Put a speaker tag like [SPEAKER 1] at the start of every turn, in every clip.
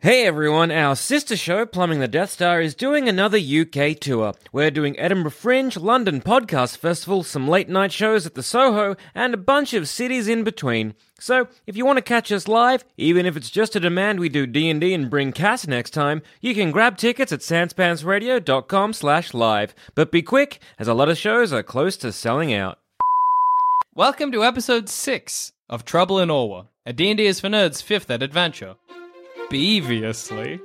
[SPEAKER 1] Hey everyone, our sister show Plumbing the Death Star is doing another UK tour. We're doing Edinburgh Fringe, London Podcast Festival, some late night shows at the Soho, and a bunch of cities in between. So, if you want to catch us live, even if it's just a demand we do D&D and bring Cass next time, you can grab tickets at sanspantsradio.com slash live. But be quick, as a lot of shows are close to selling out.
[SPEAKER 2] Welcome to episode 6 of Trouble in Orwa, a D&D is for Nerds 5th Ed adventure. Previously,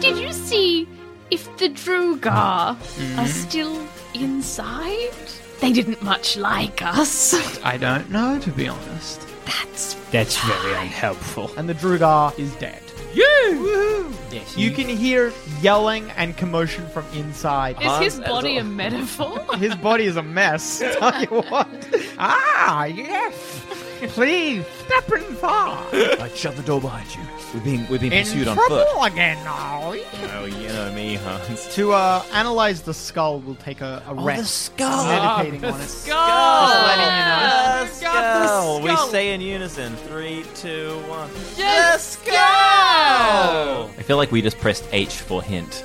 [SPEAKER 3] Did you see if the Drugar are still inside? They didn't much like us.
[SPEAKER 2] I don't know to be honest.
[SPEAKER 3] That's
[SPEAKER 4] That's very unhelpful.
[SPEAKER 5] and the Drugar is dead.
[SPEAKER 4] Yes,
[SPEAKER 5] You can hear yelling and commotion from inside.
[SPEAKER 3] is his body a metaphor?
[SPEAKER 5] His body is a mess. Tell you what. Ah, yes. Please step in far.
[SPEAKER 4] Like, shut the door behind you. We're being we're being
[SPEAKER 5] In
[SPEAKER 4] pursued on
[SPEAKER 5] trouble
[SPEAKER 4] foot.
[SPEAKER 5] again, are we?
[SPEAKER 4] Oh, you know me, Hans.
[SPEAKER 5] To uh, analyze the skull, we'll take a, a
[SPEAKER 4] Oh, the
[SPEAKER 5] rest.
[SPEAKER 4] skull. Ah,
[SPEAKER 5] Meditating on it.
[SPEAKER 3] Skull!
[SPEAKER 5] letting you know.
[SPEAKER 4] The
[SPEAKER 3] We got the
[SPEAKER 4] skull. We
[SPEAKER 3] skull.
[SPEAKER 4] say in unison: three, two, one.
[SPEAKER 3] Yes,
[SPEAKER 4] skull. I feel like we just pressed H for hint.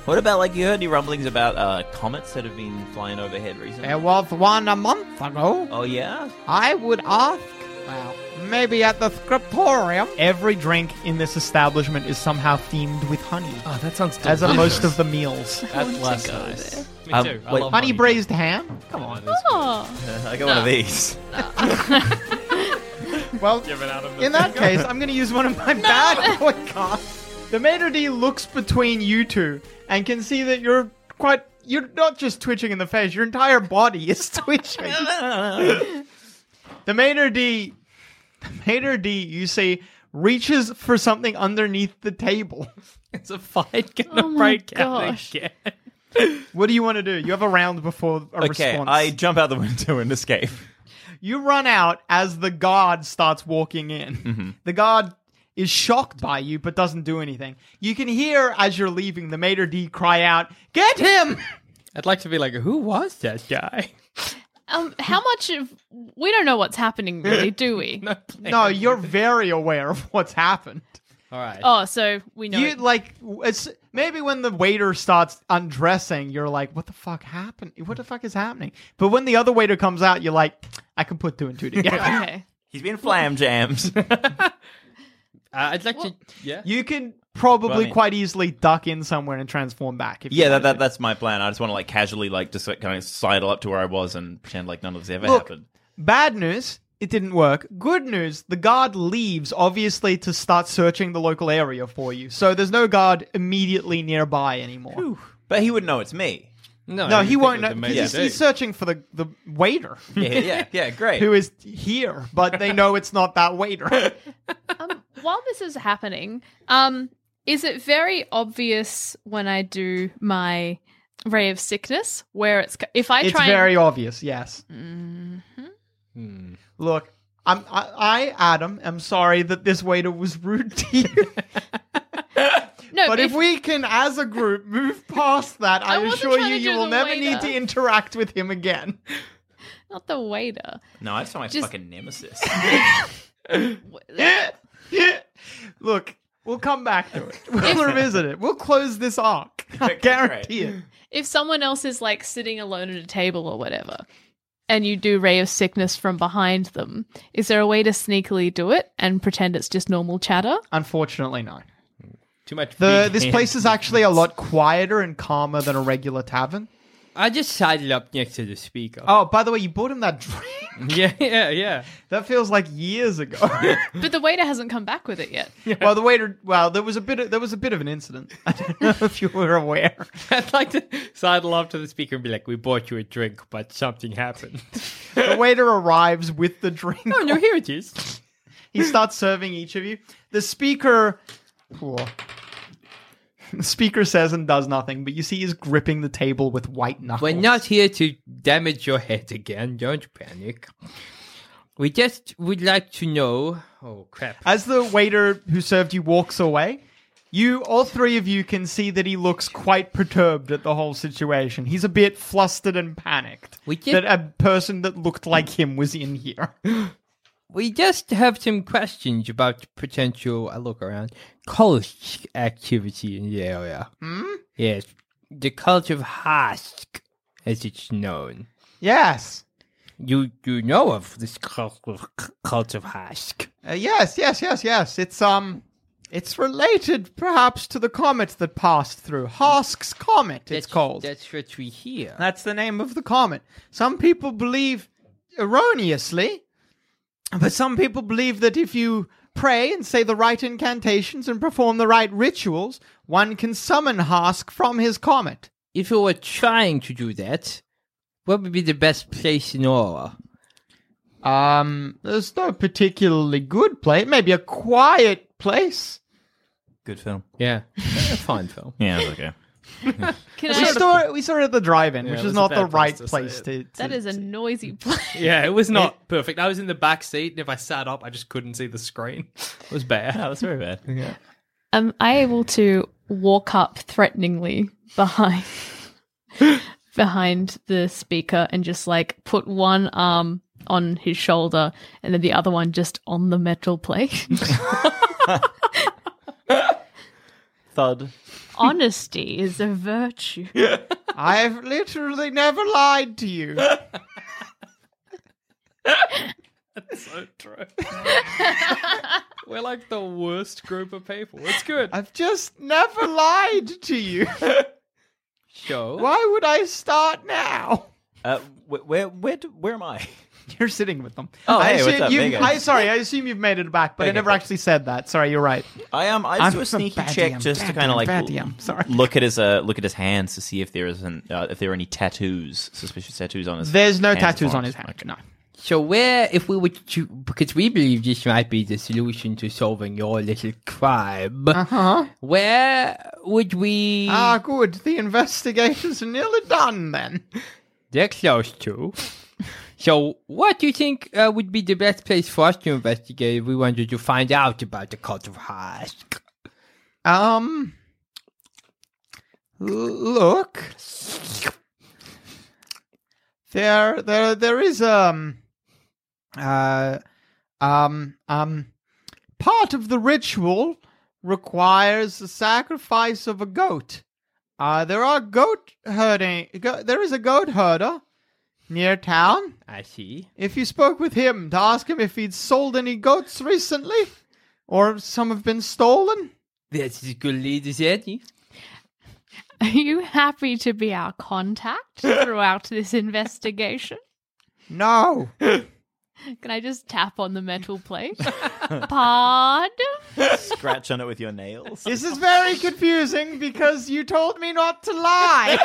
[SPEAKER 4] What about like you heard any rumblings about uh, comets that have been flying overhead recently?
[SPEAKER 5] There was one a month ago.
[SPEAKER 4] oh yeah.
[SPEAKER 5] I would ask. Well, maybe at the scriptorium. Every drink in this establishment is somehow themed with honey,
[SPEAKER 4] Oh, that sounds
[SPEAKER 5] as are most of the meals.
[SPEAKER 4] That's less nice. Um, Me too. I love
[SPEAKER 5] honey braised ham. Come on.
[SPEAKER 3] Oh,
[SPEAKER 4] I got one of these.
[SPEAKER 5] Well, in that case, I'm going to use one of my bad boy cards. The maitre d' looks between you two and can see that you're quite. You're not just twitching in the face, your entire body is twitching. the maitre d'. The maitre d', you see, reaches for something underneath the table.
[SPEAKER 2] It's a fight gonna
[SPEAKER 3] Oh my
[SPEAKER 2] break out
[SPEAKER 3] gosh.
[SPEAKER 2] again.
[SPEAKER 5] What do you want to do? You have a round before a
[SPEAKER 4] Okay,
[SPEAKER 5] response.
[SPEAKER 4] I jump out the window and escape.
[SPEAKER 5] You run out as the guard starts walking in.
[SPEAKER 4] Mm-hmm.
[SPEAKER 5] The guard is shocked by you but doesn't do anything. You can hear as you're leaving the maitre d cry out, "Get him!"
[SPEAKER 2] I'd like to be like, who was that guy?
[SPEAKER 3] um, how much of we don't know what's happening, really, do we?
[SPEAKER 5] no, you're very aware of what's happened.
[SPEAKER 2] All right.
[SPEAKER 3] Oh, so we know.
[SPEAKER 5] You like it's maybe when the waiter starts undressing, you're like, "What the fuck happened? What the fuck is happening?" But when the other waiter comes out, you're like, "I can put two and two together."
[SPEAKER 3] okay.
[SPEAKER 4] He's been flam jammed.
[SPEAKER 2] Uh, I'd like to. Yeah.
[SPEAKER 5] you can probably
[SPEAKER 4] Well, I mean-
[SPEAKER 5] quite easily duck in somewhere and transform back. If you
[SPEAKER 4] yeah, that,
[SPEAKER 5] wanted
[SPEAKER 4] that
[SPEAKER 5] to.
[SPEAKER 4] that's my plan. I just want to like casually like just like, kind of sidle up to where I was and pretend like none of this ever
[SPEAKER 5] Look,
[SPEAKER 4] happened.
[SPEAKER 5] Bad news, it didn't work. Good news, the guard leaves, obviously, to start searching the local area for you. So there's no guard immediately nearby anymore.
[SPEAKER 4] But he would know it's me.
[SPEAKER 5] No, he
[SPEAKER 2] you'd
[SPEAKER 5] won't
[SPEAKER 2] think it was
[SPEAKER 5] know. 'cause
[SPEAKER 2] amazing.
[SPEAKER 5] He's, he's searching for the, the waiter
[SPEAKER 4] Yeah, yeah, yeah. Great.
[SPEAKER 5] who is here, but they know it's not that waiter.
[SPEAKER 3] um, while this is happening, um, is it very obvious when I do my ray of sickness where it's co- if I
[SPEAKER 5] it's
[SPEAKER 3] try
[SPEAKER 5] very
[SPEAKER 3] and, Mm-hmm.
[SPEAKER 5] obvious, yes. Hmm. Look, I'm, I, I, Adam, am sorry that this waiter was rude to you.
[SPEAKER 3] No,
[SPEAKER 5] but if,
[SPEAKER 3] if-
[SPEAKER 5] we can, as a group, move past that, I,
[SPEAKER 3] I wasn't
[SPEAKER 5] assure
[SPEAKER 3] trying
[SPEAKER 5] you,
[SPEAKER 3] to
[SPEAKER 5] you
[SPEAKER 3] do
[SPEAKER 5] will
[SPEAKER 3] the
[SPEAKER 5] never need
[SPEAKER 3] waiter.
[SPEAKER 5] to interact with him again.
[SPEAKER 3] Not the waiter.
[SPEAKER 4] No, I just want my
[SPEAKER 3] Just-
[SPEAKER 4] fucking nemesis.
[SPEAKER 5] Look, we'll come back to it. We'll revisit it. We'll close this arc. I guarantee it.
[SPEAKER 3] If someone else is like sitting alone at a table or whatever, and you do ray of sickness from behind them, is there a way to sneakily do it and pretend it's just normal chatter?
[SPEAKER 5] Unfortunately, no.
[SPEAKER 2] Too much.
[SPEAKER 5] The
[SPEAKER 2] big
[SPEAKER 5] this
[SPEAKER 2] hand.
[SPEAKER 5] place is actually a lot quieter and calmer than a regular tavern.
[SPEAKER 2] I just sidled up next to the speaker.
[SPEAKER 5] Oh, by the way, you bought him that drink.
[SPEAKER 2] Yeah, yeah, yeah.
[SPEAKER 5] That feels like years ago.
[SPEAKER 3] But the waiter hasn't come back with it yet.
[SPEAKER 5] well, the waiter. Well, there was a bit. Of, there was a bit of an incident. I don't know if you were aware.
[SPEAKER 2] I'd like to sidle up to the speaker and be like, "We bought you a drink, but something happened."
[SPEAKER 5] The waiter arrives with the drink.
[SPEAKER 2] oh no, here it is.
[SPEAKER 5] He starts serving each of you. The speaker. Poor. The speaker says and does nothing, but you see he's gripping the table with white knuckles.
[SPEAKER 2] We're not here to damage your head again. Don't panic. We just would like to know. Oh crap!
[SPEAKER 5] As the waiter who served you walks away, you, all three of you, can see that he looks quite perturbed at the whole situation. He's a bit flustered and panicked
[SPEAKER 2] We did-
[SPEAKER 5] that a person that looked like him was in here.
[SPEAKER 2] We just have some questions about potential. I look around. Cult activity in the area. Hmm. Yes, the cult of Hask, as it's known.
[SPEAKER 5] yes.
[SPEAKER 2] You you know of this cult of, cult of Hask?
[SPEAKER 5] Uh, yes, yes, yes, yes. It's, um. It's related, perhaps, to the comet that passed through. Hask's Comet, it's called.
[SPEAKER 2] That's what we hear.
[SPEAKER 5] That's the name of the comet. Some people believe erroneously, but some people believe that if you pray and say the right incantations and perform the right rituals, one can summon Hask from his comet.
[SPEAKER 2] If you were trying to do that, what would be the best place in Aura?
[SPEAKER 5] Um, there's no particularly good place. Maybe a quiet place.
[SPEAKER 4] Good film.
[SPEAKER 2] Yeah, fine film.
[SPEAKER 4] Yeah, it was okay.
[SPEAKER 3] Can
[SPEAKER 5] We
[SPEAKER 3] I?
[SPEAKER 5] saw it. We saw it at the drive-in,
[SPEAKER 2] Yeah,
[SPEAKER 5] which
[SPEAKER 2] it was
[SPEAKER 5] is
[SPEAKER 2] a
[SPEAKER 5] not the
[SPEAKER 2] bad place
[SPEAKER 5] right
[SPEAKER 2] to say
[SPEAKER 5] place
[SPEAKER 2] it.
[SPEAKER 5] to, to.
[SPEAKER 3] That is a noisy place.
[SPEAKER 2] Yeah, it was not perfect. I was in the back seat, and if I sat up, I just couldn't see the screen. It was bad.
[SPEAKER 4] Yeah, that's very bad.
[SPEAKER 3] Am I able to walk up threateningly behind behind the speaker and just like put one arm on his shoulder and then the other one just on the metal plate?
[SPEAKER 4] Thud.
[SPEAKER 3] Honesty is a virtue.
[SPEAKER 5] I've literally never lied to you.
[SPEAKER 2] so true. We're like the worst group of people. It's good.
[SPEAKER 5] I've just never lied to you.
[SPEAKER 2] Show.
[SPEAKER 5] Why would I start now?
[SPEAKER 4] Uh, wh- where where do, where am I?
[SPEAKER 5] You're sitting with them.
[SPEAKER 4] Oh,
[SPEAKER 5] I
[SPEAKER 4] hey, what's
[SPEAKER 5] assume
[SPEAKER 4] up?
[SPEAKER 5] you-
[SPEAKER 4] There you go.
[SPEAKER 5] I sorry, I assume you've made it back, but I
[SPEAKER 4] Okay,
[SPEAKER 5] never
[SPEAKER 4] cool.
[SPEAKER 5] actually said that. Sorry, you're right.
[SPEAKER 4] I am. I
[SPEAKER 5] I'm
[SPEAKER 4] do a
[SPEAKER 5] from
[SPEAKER 4] sneaky
[SPEAKER 5] Bad
[SPEAKER 4] check
[SPEAKER 5] DM,
[SPEAKER 4] just to
[SPEAKER 5] Bad
[SPEAKER 4] kind of
[SPEAKER 5] DM,
[SPEAKER 4] like
[SPEAKER 5] Bad
[SPEAKER 4] l-
[SPEAKER 5] DM, sorry.
[SPEAKER 4] look at his uh, look at his hands to see if there isn't uh, if there are any tattoos, suspicious tattoos on his.
[SPEAKER 5] There's no
[SPEAKER 4] hands and
[SPEAKER 5] tattoos on
[SPEAKER 4] forearms.
[SPEAKER 5] his hand.
[SPEAKER 4] Okay.
[SPEAKER 5] No.
[SPEAKER 2] So where, if we were to, because we believe this might be the solution to solving your little crime,
[SPEAKER 5] Uh-huh.
[SPEAKER 2] where would we?
[SPEAKER 5] Ah, good. The investigators are nearly done then.
[SPEAKER 2] they're close to. So what do you think uh, would be the best place for us to investigate if we wanted to find out about the cult of Hask?
[SPEAKER 5] Um l- look. There there there is um uh um um part of the ritual requires the sacrifice of a goat. Uh there are goat herding go, there is a goat herder near town.
[SPEAKER 2] I see.
[SPEAKER 5] If you spoke with him to ask him if he'd sold any goats recently or if some have been stolen,
[SPEAKER 2] That's as good lead as any.
[SPEAKER 3] Are you happy to be our contact throughout this investigation?
[SPEAKER 5] no.
[SPEAKER 3] Can I just tap on the metal plate? Pardon?
[SPEAKER 4] Scratch on it with your nails.
[SPEAKER 5] This is very confusing because you told me not to lie.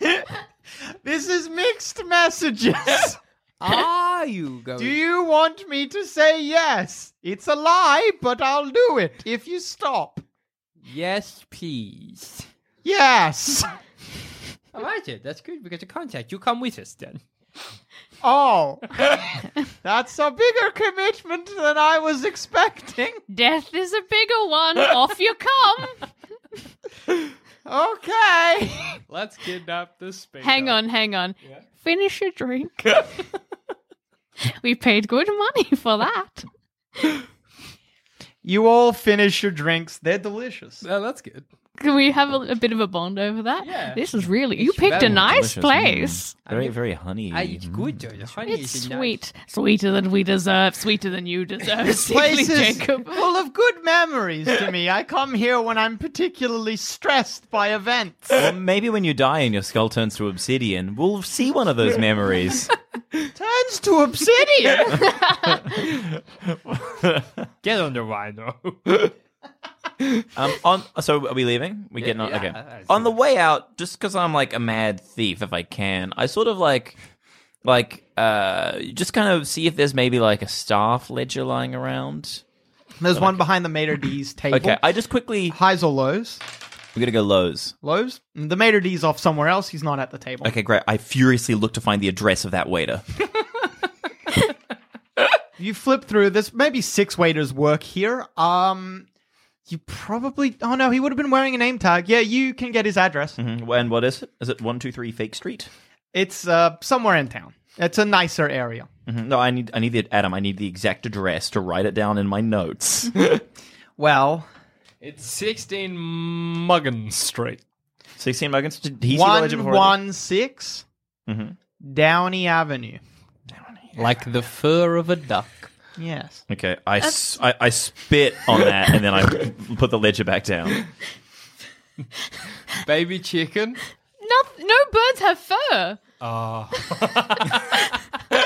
[SPEAKER 5] this is mixed messages.
[SPEAKER 2] Are you going?
[SPEAKER 5] Do you want me to say yes? It's a lie, but I'll do it if you stop.
[SPEAKER 2] Yes, please.
[SPEAKER 5] Yes.
[SPEAKER 2] I like it. That's good. We got a contact. You come with us then.
[SPEAKER 5] Oh, that's a bigger commitment than I was expecting.
[SPEAKER 3] Death is a bigger one. Off you come.
[SPEAKER 5] Okay.
[SPEAKER 6] Let's kidnap this space.
[SPEAKER 3] Hang on, hang on. Finish your drink. we paid good money for that.
[SPEAKER 5] You all finish your drinks. They're delicious.
[SPEAKER 6] Oh, that's good.
[SPEAKER 3] Can we have a, a bit of a bond over that?
[SPEAKER 2] Yeah.
[SPEAKER 3] This is really. You picked a
[SPEAKER 2] very
[SPEAKER 3] nice place.
[SPEAKER 4] Delicious. Mm. Very, very honey.
[SPEAKER 2] I, it's
[SPEAKER 4] Mm.
[SPEAKER 2] good though.
[SPEAKER 3] Mm-hmm.
[SPEAKER 2] The honey
[SPEAKER 3] It's
[SPEAKER 2] is nice.
[SPEAKER 3] sweet. Sweeter than we deserve. Sweeter than you deserve.
[SPEAKER 5] Place
[SPEAKER 3] Sickly
[SPEAKER 5] is
[SPEAKER 3] Jacob.
[SPEAKER 5] full of good memories to me. I come here when I'm particularly stressed by events.
[SPEAKER 4] Or maybe when you die and your skull turns to obsidian, we'll see one of those memories.
[SPEAKER 5] Turns to obsidian.
[SPEAKER 2] Get on the rhino.
[SPEAKER 4] Um, on so are we leaving? We get on
[SPEAKER 2] yeah,
[SPEAKER 4] okay.
[SPEAKER 2] I- I
[SPEAKER 4] on the
[SPEAKER 2] see.
[SPEAKER 4] way out, just because I'm like a mad thief, if I can, I sort of like, like, uh, just kind of see if there's maybe like a staff ledger lying around.
[SPEAKER 5] There's one behind the maitre d's table.
[SPEAKER 4] Okay, I just quickly.
[SPEAKER 5] Highs or lows?
[SPEAKER 4] We're gonna go lows.
[SPEAKER 5] Lows? The maitre d's off somewhere else. He's not at the table.
[SPEAKER 4] Okay, great. I furiously look to find the address of that waiter.
[SPEAKER 5] You flip through. There's maybe six waiters work here. Um, you probably. Oh no, he would have been wearing a name tag. Yeah, you can get his address.
[SPEAKER 4] Mm-hmm. and what is it? Is it one two three Fake Street?
[SPEAKER 5] It's uh somewhere in town. It's a nicer area.
[SPEAKER 4] Mhm. No, I need I need the Adam. I need the exact address to write it down in my notes.
[SPEAKER 5] Well,
[SPEAKER 6] It's 16 Muggin Street.
[SPEAKER 4] Sixteen Morgan. Did he see the ledger
[SPEAKER 5] one
[SPEAKER 4] before?
[SPEAKER 5] one six
[SPEAKER 4] Mhm.
[SPEAKER 5] Downey Avenue.
[SPEAKER 2] like the fur of a duck.
[SPEAKER 5] Yes.
[SPEAKER 4] Okay, I, s- I- I spit on that and then I put the ledger back down.
[SPEAKER 6] Baby chicken.
[SPEAKER 3] No, no birds have fur.
[SPEAKER 2] Ah.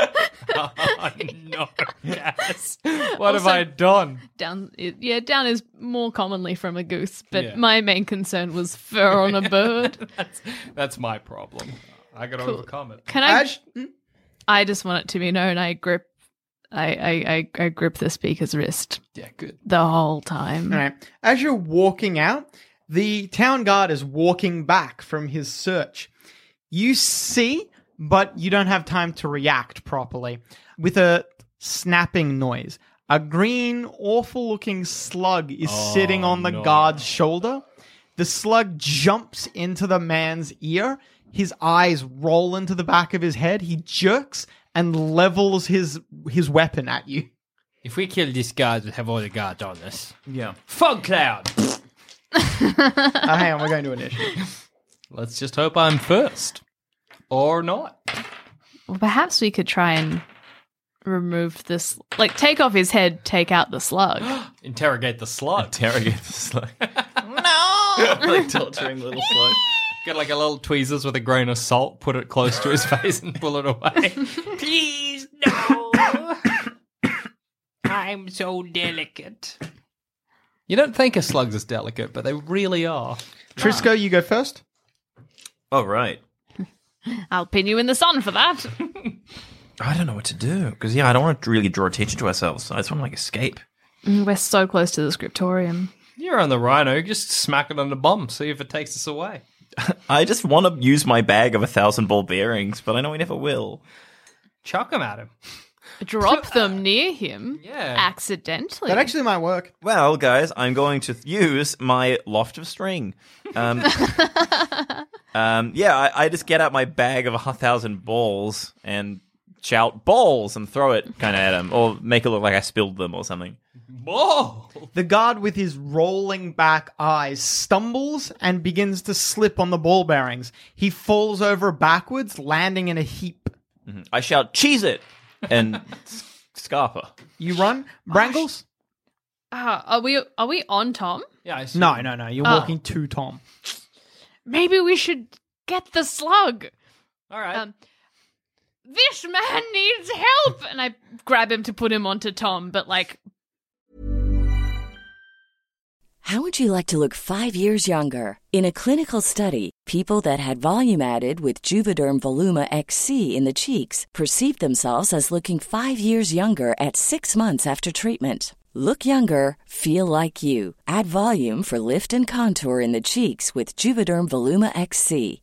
[SPEAKER 6] Oh, no, yes. What have I done?
[SPEAKER 3] Down, it- yeah, down is more commonly from a goose, but
[SPEAKER 6] Yeah.
[SPEAKER 3] my main concern was fur on a bird.
[SPEAKER 6] That's my problem. I got to overcome it.
[SPEAKER 3] Can I?
[SPEAKER 5] Ash-
[SPEAKER 3] I just want it to be known. I grip, I, I, I, I grip the speaker's wrist
[SPEAKER 6] Yeah, good.
[SPEAKER 3] the whole time.
[SPEAKER 5] All right. As you're walking out, the town guard is walking back from his search. You see, but you don't have time to react properly. With a snapping noise, a green, awful looking slug is sitting on the guard's shoulder. The slug jumps into the man's ear. His eyes roll into the back of his head. He jerks and levels his his weapon at you.
[SPEAKER 2] If we kill these guards, we'll have all the guards on us.
[SPEAKER 6] Yeah.
[SPEAKER 2] Fog cloud.
[SPEAKER 5] Uh, hang on, we're going to initiative.
[SPEAKER 6] Let's just hope I'm first. Or not.
[SPEAKER 3] Well, perhaps we could try and remove this, like take off his head, take out the slug.
[SPEAKER 6] Interrogate the slug.
[SPEAKER 4] Interrogate the slug. no! like torturing little slug.
[SPEAKER 6] Get like a little tweezers with a grain of salt, put it close to his face and pull it away.
[SPEAKER 2] Please, no. I'm so delicate.
[SPEAKER 6] You don't think of slugs as delicate, but they really are.
[SPEAKER 5] Trisco, you go first.
[SPEAKER 4] Oh, right.
[SPEAKER 3] I'll pin you in the sun for that.
[SPEAKER 4] I don't know what to do. Because, yeah, I don't want to really draw attention to ourselves. I just want to, like, escape.
[SPEAKER 3] Mm, We're so close to the scriptorium.
[SPEAKER 6] You're on the rhino, just smack it on the bum, see if it takes us away.
[SPEAKER 4] I just want to use my bag of a thousand ball bearings, but I know I never will.
[SPEAKER 6] Chuck him at him.
[SPEAKER 3] Drop them near him.
[SPEAKER 6] Yeah.
[SPEAKER 3] Accidentally.
[SPEAKER 5] That actually might work.
[SPEAKER 4] Well, guys, I'm going to use my loft of string. Um, um, yeah, I, I just get out my bag of a thousand balls and shout balls and throw it kind of at him, or make it look like I spilled them or something.
[SPEAKER 6] Whoa!
[SPEAKER 5] The guard with his rolling back eyes stumbles and begins to slip on the ball bearings. He falls over backwards, landing in a heap.
[SPEAKER 4] Mm-hmm. I shout, cheese it! And s- Scarpa.
[SPEAKER 5] You run? Brangles?
[SPEAKER 3] Ah, are we are we on Tom?
[SPEAKER 6] Yeah, I see.
[SPEAKER 5] No, no, no. You're
[SPEAKER 3] Oh.
[SPEAKER 5] walking to Tom.
[SPEAKER 3] Maybe we should get the slug.
[SPEAKER 6] All right.
[SPEAKER 3] Um, This man needs help, and I grab him to put him onto Tom. But like,
[SPEAKER 7] How would you like to look five years younger? In a clinical study, people that had volume added with Juvederm Voluma XC in the cheeks perceived themselves as looking five years younger at six months after treatment. Look younger, feel like you. Add volume for lift and contour in the cheeks with Juvederm Voluma XC.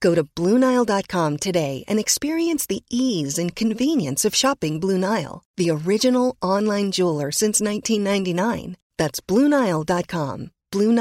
[SPEAKER 8] Go to BlueNile.com today and experience the ease and convenience of shopping Blue Nile, the original online jeweler since 1999. That's BlueNile.com.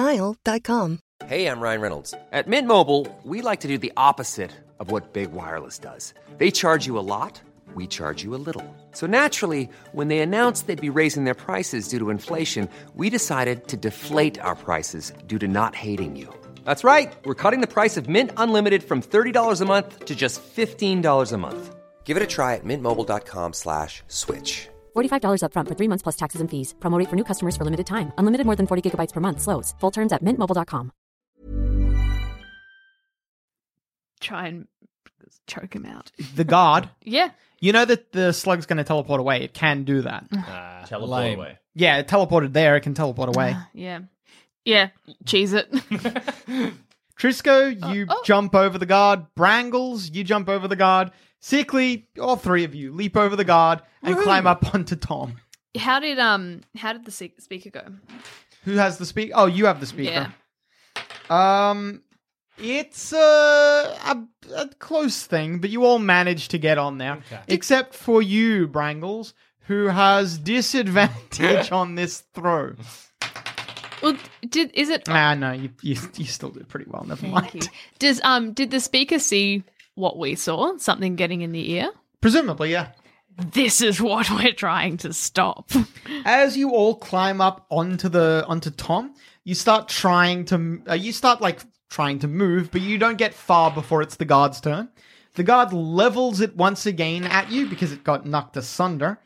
[SPEAKER 8] BlueNile.com.
[SPEAKER 9] Hey, I'm Ryan Reynolds. At Mint Mobile, we like to do the opposite of what Big Wireless does. They charge you a lot, we charge you a little. So naturally, when they announced they'd be raising their prices due to inflation, we decided to deflate our prices due to not hating you. That's right. We're cutting the price of Mint Unlimited from $30 a month to just $15 a month. Give it a try at mintmobile.com slash switch.
[SPEAKER 10] $45 upfront for three months plus taxes and fees. Promo rate for new customers for limited time. Unlimited more than 40 gigabytes per month. Slows. Full terms at mintmobile.com.
[SPEAKER 3] Try and choke him out.
[SPEAKER 5] The guard.
[SPEAKER 3] Yeah.
[SPEAKER 5] You know that the slug's going to teleport away. It can do that.
[SPEAKER 6] Uh, Teleport
[SPEAKER 2] lame.
[SPEAKER 6] away.
[SPEAKER 5] Yeah, it teleported there. It can teleport away.
[SPEAKER 3] Yeah. Yeah. Cheese it.
[SPEAKER 5] Trisco, you
[SPEAKER 3] oh.
[SPEAKER 5] jump over the guard. Brangles, you jump over the guard. Sickly, all three of you leap over the guard and climb up onto Tom,
[SPEAKER 3] how did um how did the se- speaker go?
[SPEAKER 5] who has the speaker. Oh, you have the
[SPEAKER 3] Yeah.
[SPEAKER 5] speaker. Um, it's uh, a, a close thing, but you all managed to get on there, except for you, Brangles, who has disadvantage on this throw.
[SPEAKER 3] Well, did is it
[SPEAKER 5] Ah, no, you, you you still did pretty well. Never
[SPEAKER 3] Thank you.
[SPEAKER 5] mind.
[SPEAKER 3] Does um did the speaker see what we saw? Something getting in the ear?
[SPEAKER 5] Presumably, yeah.
[SPEAKER 3] This is what we're trying to stop.
[SPEAKER 5] as you all climb up onto the onto Tom, you start trying to uh, you start like trying to move, but you don't get far before it's the guard's turn. The guard levels it once again at you because it got knocked asunder,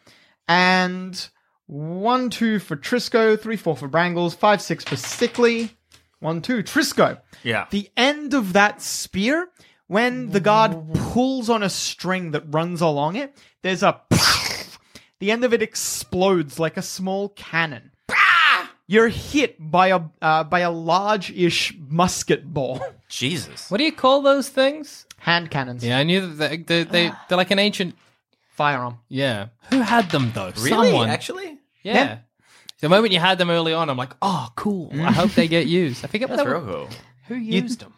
[SPEAKER 5] and one two for Trisco, three four for Brangles, five six for Sickly, one two Trisco.
[SPEAKER 4] Yeah.
[SPEAKER 5] The end of that spear, when the guard pulls on a string that runs along it, there's a. The end of it explodes like a small cannon. You're hit by a uh, by a large-ish musket ball,
[SPEAKER 4] Jesus.
[SPEAKER 2] What do you call those things?
[SPEAKER 5] hand cannons,
[SPEAKER 2] Yeah, I knew that they, they, they they're like an ancient.
[SPEAKER 5] firearm.
[SPEAKER 2] Yeah, who had them though?
[SPEAKER 4] Really?
[SPEAKER 2] Someone.
[SPEAKER 4] Actually?
[SPEAKER 2] Yeah. The moment you had them early on, I'm like, oh, cool. I hope they get used. I forget what
[SPEAKER 4] Mm. That's
[SPEAKER 2] they
[SPEAKER 4] real
[SPEAKER 2] were.
[SPEAKER 4] cool.
[SPEAKER 2] Who used them?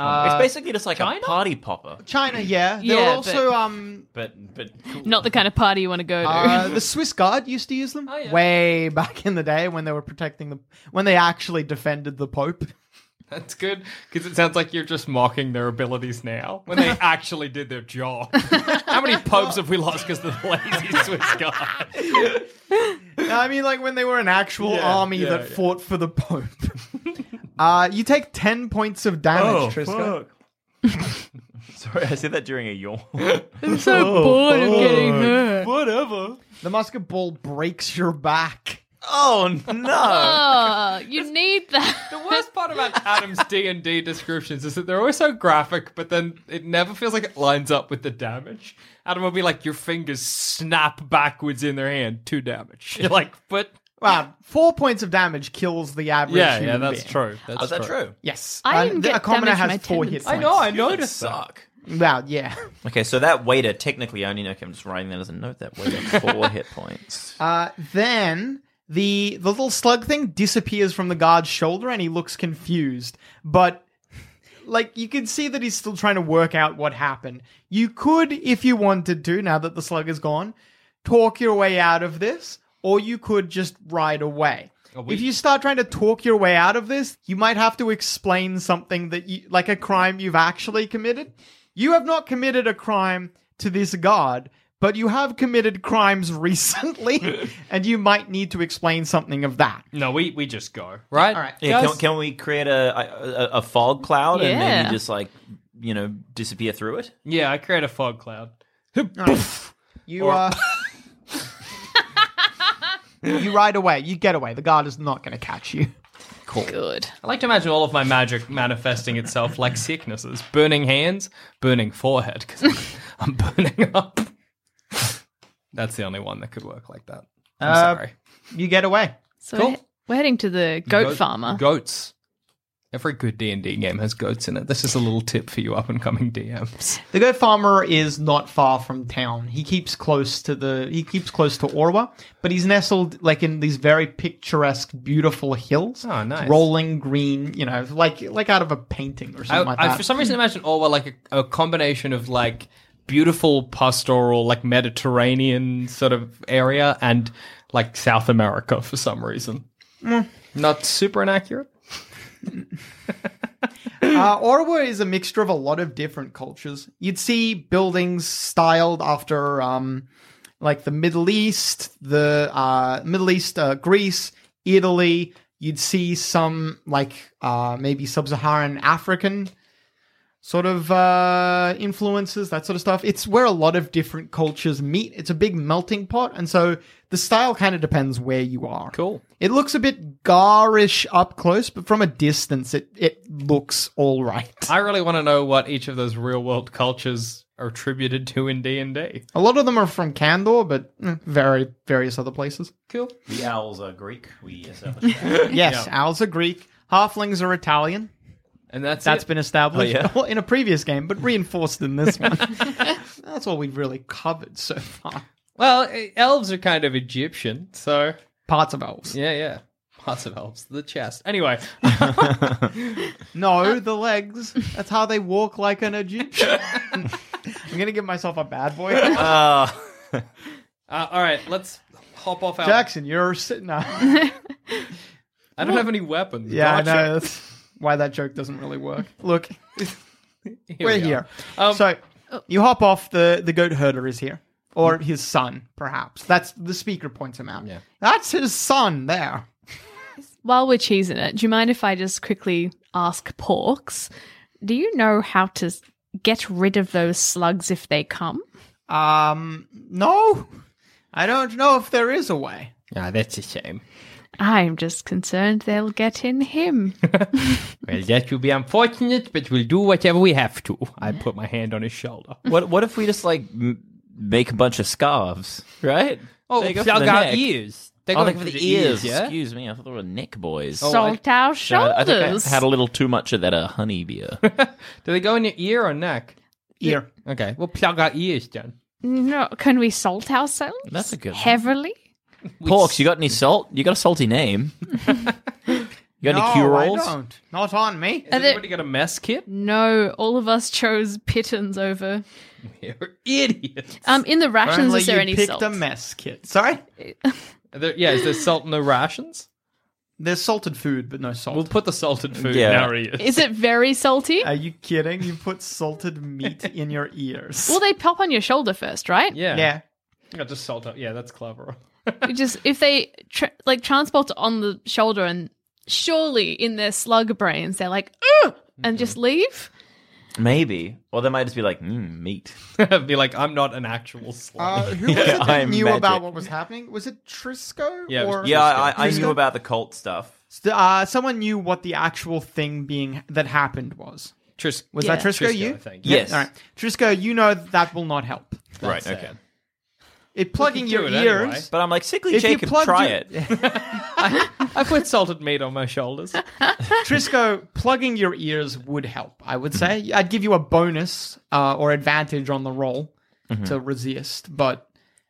[SPEAKER 4] it's basically just like a party popper.
[SPEAKER 5] China, yeah. There
[SPEAKER 3] Yeah,
[SPEAKER 5] were also
[SPEAKER 3] but-
[SPEAKER 5] um
[SPEAKER 4] But but
[SPEAKER 3] Not the kind of party you want to go to.
[SPEAKER 5] uh, the Swiss Guard used to use
[SPEAKER 2] Oh,
[SPEAKER 5] them way back in the day when they were protecting the when they actually defended the Pope.
[SPEAKER 6] That's good because it sounds like you're just mocking their abilities now when they actually did their job. How many popes have we lost because of the lazy Swiss guy?
[SPEAKER 5] I mean, like when they were an actual
[SPEAKER 6] Yeah,
[SPEAKER 5] army
[SPEAKER 6] yeah,
[SPEAKER 5] that
[SPEAKER 6] yeah.
[SPEAKER 5] fought for the Pope. uh, you take 10 points of
[SPEAKER 6] Oh,
[SPEAKER 5] damage, Trisco.
[SPEAKER 4] Sorry, I said that during a yawn.
[SPEAKER 3] I'm so
[SPEAKER 6] Oh,
[SPEAKER 5] Oh,
[SPEAKER 3] bored of getting hurt.
[SPEAKER 4] Whatever.
[SPEAKER 5] The musket ball breaks your back.
[SPEAKER 4] Oh no.
[SPEAKER 3] Oh, you need that.
[SPEAKER 6] The worst part about Adam's D and D descriptions is that they're always so graphic, but then it never feels like it lines up with the damage. Adam will be like, "Your fingers snap backwards in their hand, two damage." You're like, "But
[SPEAKER 5] Wow, four points of damage kills the average.
[SPEAKER 6] yeah, yeah,
[SPEAKER 5] human
[SPEAKER 6] that's
[SPEAKER 5] being.
[SPEAKER 6] true. That's
[SPEAKER 4] Is that true?
[SPEAKER 5] Yes,
[SPEAKER 3] I
[SPEAKER 5] Uh,
[SPEAKER 3] didn't
[SPEAKER 5] th-
[SPEAKER 3] get
[SPEAKER 5] a commoner
[SPEAKER 3] damage
[SPEAKER 5] has
[SPEAKER 3] my
[SPEAKER 5] four hit
[SPEAKER 3] tendons.
[SPEAKER 6] I
[SPEAKER 5] points.
[SPEAKER 6] know, I
[SPEAKER 4] That
[SPEAKER 6] noticed that.
[SPEAKER 4] suck.
[SPEAKER 5] Wow, yeah.
[SPEAKER 4] Okay, so that waiter technically I only know. I'm just writing that as a note. That waiter four hit points.
[SPEAKER 5] Uh, then the the little slug thing disappears from the guard's shoulder, and he looks confused. But like you can see that he's still trying to work out what happened. You could, if you wanted to, now that the slug is gone, talk your way out of this, or you could just ride away.
[SPEAKER 4] Oh,
[SPEAKER 5] If you start trying to talk your way out of this, you might have to explain something that you like a crime you've actually committed. You have not committed a crime to this god, but you have committed crimes recently, and you might need to explain something of that.
[SPEAKER 6] No, we, we just go.
[SPEAKER 2] Right?
[SPEAKER 5] All right.
[SPEAKER 4] Yeah, can,
[SPEAKER 2] Guys-
[SPEAKER 4] can we create a, a a fog cloud and then
[SPEAKER 3] Yeah.
[SPEAKER 4] you just like you know disappear through it?
[SPEAKER 6] Yeah, I create a fog cloud.
[SPEAKER 5] You uh, you ride away. You get away. The guard is not going to catch you.
[SPEAKER 3] Good.
[SPEAKER 6] I like to imagine all of my magic manifesting itself like sicknesses burning hands, burning forehead, because I'm burning up. That's the only one that could work like that. I'm
[SPEAKER 5] Uh,
[SPEAKER 6] sorry.
[SPEAKER 5] You get away.
[SPEAKER 3] So
[SPEAKER 6] Cool.
[SPEAKER 3] we're, we're heading to the goat
[SPEAKER 6] Goat-
[SPEAKER 3] farmer.
[SPEAKER 6] Goats. Every good D and D game has goats in it. This is a little tip for you up and coming DMs.
[SPEAKER 5] The goat farmer is not far from town. He keeps close to the he keeps close to Orwa, but he's nestled like in these very picturesque, beautiful hills.
[SPEAKER 6] Oh, nice.
[SPEAKER 5] Rolling green, you know, like like out of a painting or
[SPEAKER 6] I,
[SPEAKER 5] something like
[SPEAKER 6] I
[SPEAKER 5] that.
[SPEAKER 6] for some reason imagine Orwell like a, a combination of like beautiful pastoral, like Mediterranean sort of area and like South America for some reason.
[SPEAKER 4] Mm.
[SPEAKER 6] Not super inaccurate.
[SPEAKER 5] Uh, Orwa is a mixture of a lot of different cultures. You'd see buildings styled after, um, like the Middle East, the uh, Middle East, uh, Greece, Italy. You'd see some like uh, maybe sub-Saharan African sort of uh, influences, that sort of stuff. It's where a lot of different cultures meet. It's a big melting pot, and so the style kind of depends where you are.
[SPEAKER 6] Cool.
[SPEAKER 5] It looks a bit garish up close, but from a distance, it, it looks all right.
[SPEAKER 6] I really want to know what each of those real world cultures are attributed to in D and D.
[SPEAKER 5] A lot of them are from Candor, but mm, very various other places.
[SPEAKER 6] Cool.
[SPEAKER 4] The owls are Greek. We established that.
[SPEAKER 5] Yes, owls are Greek, halflings are Italian.
[SPEAKER 6] And that's
[SPEAKER 5] That's
[SPEAKER 6] it.
[SPEAKER 5] been established
[SPEAKER 4] Oh, yeah?
[SPEAKER 5] well, in a previous game, but reinforced in this one. That's all we've really covered so far.
[SPEAKER 6] well, eh, elves are kind of Egyptian, so
[SPEAKER 5] Parts of elves.
[SPEAKER 6] yeah, yeah. Parts of elves, the chest. Anyway, Uh,
[SPEAKER 5] No, the legs. That's how they walk like an Egyptian. I'm gonna give myself a bad boy.
[SPEAKER 4] Uh,
[SPEAKER 6] uh, all right, let's hop off our.
[SPEAKER 5] Jackson, you're sitting up.
[SPEAKER 6] I don't have any weapons.
[SPEAKER 5] Yeah, I
[SPEAKER 6] Gotcha.
[SPEAKER 5] know. That's why that joke doesn't really work. Look,
[SPEAKER 6] we
[SPEAKER 5] we're
[SPEAKER 6] are.
[SPEAKER 5] here.
[SPEAKER 6] Um,
[SPEAKER 5] so
[SPEAKER 3] Oh.
[SPEAKER 5] you hop off. the The goat herder is here, or his son, perhaps. That's the speaker points him out. Yeah. That's his son there.
[SPEAKER 3] While we're cheesing it, do you mind if I just quickly ask Porks, do you know how to s- get rid of those slugs if they come?
[SPEAKER 5] Um, no, I don't know if there is a way.
[SPEAKER 2] Ah, that's a shame.
[SPEAKER 3] I'm just concerned they'll get in him.
[SPEAKER 2] Well, that will be unfortunate, but we'll do whatever we have to. I put my hand on his shoulder.
[SPEAKER 4] what what if we just like m- make a bunch of scarves, right?
[SPEAKER 2] Oh,
[SPEAKER 4] They
[SPEAKER 2] they
[SPEAKER 4] go for
[SPEAKER 2] got
[SPEAKER 4] the neck.
[SPEAKER 2] ears. They
[SPEAKER 4] oh,
[SPEAKER 2] go
[SPEAKER 4] like for the ears. Oh, Excuse me, I thought they were neck boys.
[SPEAKER 3] Salt our
[SPEAKER 4] So I- I think I
[SPEAKER 3] shoulders.
[SPEAKER 4] had a little too much of that uh, honey beer.
[SPEAKER 6] Do they go in your ear or neck?
[SPEAKER 5] Here,
[SPEAKER 2] Okay, we'll plug our ears then.
[SPEAKER 3] no, can we salt ourselves?
[SPEAKER 4] That's a good one.
[SPEAKER 3] Heavily?
[SPEAKER 4] Porks, you got any salt? You got a salty name. you got
[SPEAKER 5] no,
[SPEAKER 4] any cure
[SPEAKER 5] I
[SPEAKER 4] alls?
[SPEAKER 5] don't. Not on me.
[SPEAKER 6] Has anybody got a mess kit?
[SPEAKER 3] No, all of us chose pittons over.
[SPEAKER 6] You're idiots.
[SPEAKER 3] Um, in the rations,
[SPEAKER 5] Apparently
[SPEAKER 3] is there
[SPEAKER 5] you
[SPEAKER 3] any
[SPEAKER 5] picked
[SPEAKER 3] salt?
[SPEAKER 5] a mess kit. Sorry,
[SPEAKER 6] Are there- yeah, is there salt in the rations?
[SPEAKER 5] there's salted food, but no salt.
[SPEAKER 6] We'll put the salted food
[SPEAKER 4] Yeah.
[SPEAKER 6] in our ears.
[SPEAKER 3] Is it very salty?
[SPEAKER 5] Are you kidding? You put salted meat in your ears.
[SPEAKER 3] well, they pop on your shoulder first, right?
[SPEAKER 6] yeah.
[SPEAKER 5] yeah.
[SPEAKER 6] Yeah, just salt up. Yeah, that's clever.
[SPEAKER 3] You just if they tra- like transport on the shoulder and surely in their slug brains they're like Ugh! and just leave
[SPEAKER 4] Maybe. Or they might just be like, mm, meat.
[SPEAKER 6] Be like, I'm not an actual slug.
[SPEAKER 5] Uh, who was it that
[SPEAKER 4] I'm
[SPEAKER 5] knew about
[SPEAKER 4] magic.
[SPEAKER 5] what was happening? Was it Trisco?
[SPEAKER 6] Yeah, it was
[SPEAKER 5] or
[SPEAKER 4] Yeah, I, I
[SPEAKER 5] Trisco?
[SPEAKER 4] knew about the cult stuff.
[SPEAKER 5] Uh, someone knew what the actual thing being that happened was.
[SPEAKER 6] Tris-
[SPEAKER 5] Was that
[SPEAKER 3] Yeah.
[SPEAKER 5] Trisco?
[SPEAKER 6] Trisco,
[SPEAKER 5] you?
[SPEAKER 6] I think.
[SPEAKER 5] Yeah,
[SPEAKER 4] Yes.
[SPEAKER 5] All right, Trisco, you know that, that will not help.
[SPEAKER 4] Right,
[SPEAKER 6] That's
[SPEAKER 4] okay.
[SPEAKER 6] it.
[SPEAKER 5] It plugging
[SPEAKER 6] do
[SPEAKER 5] your
[SPEAKER 6] it
[SPEAKER 5] ears.
[SPEAKER 6] anyway.
[SPEAKER 4] But I'm like, sickly
[SPEAKER 5] If you
[SPEAKER 4] Jacob,
[SPEAKER 5] plugged
[SPEAKER 4] try
[SPEAKER 5] it-
[SPEAKER 4] it.
[SPEAKER 6] I put salted meat on my shoulders.
[SPEAKER 5] Trisco, plugging your ears would help. I would say I'd give you a bonus uh, or advantage on the roll to resist, but uh,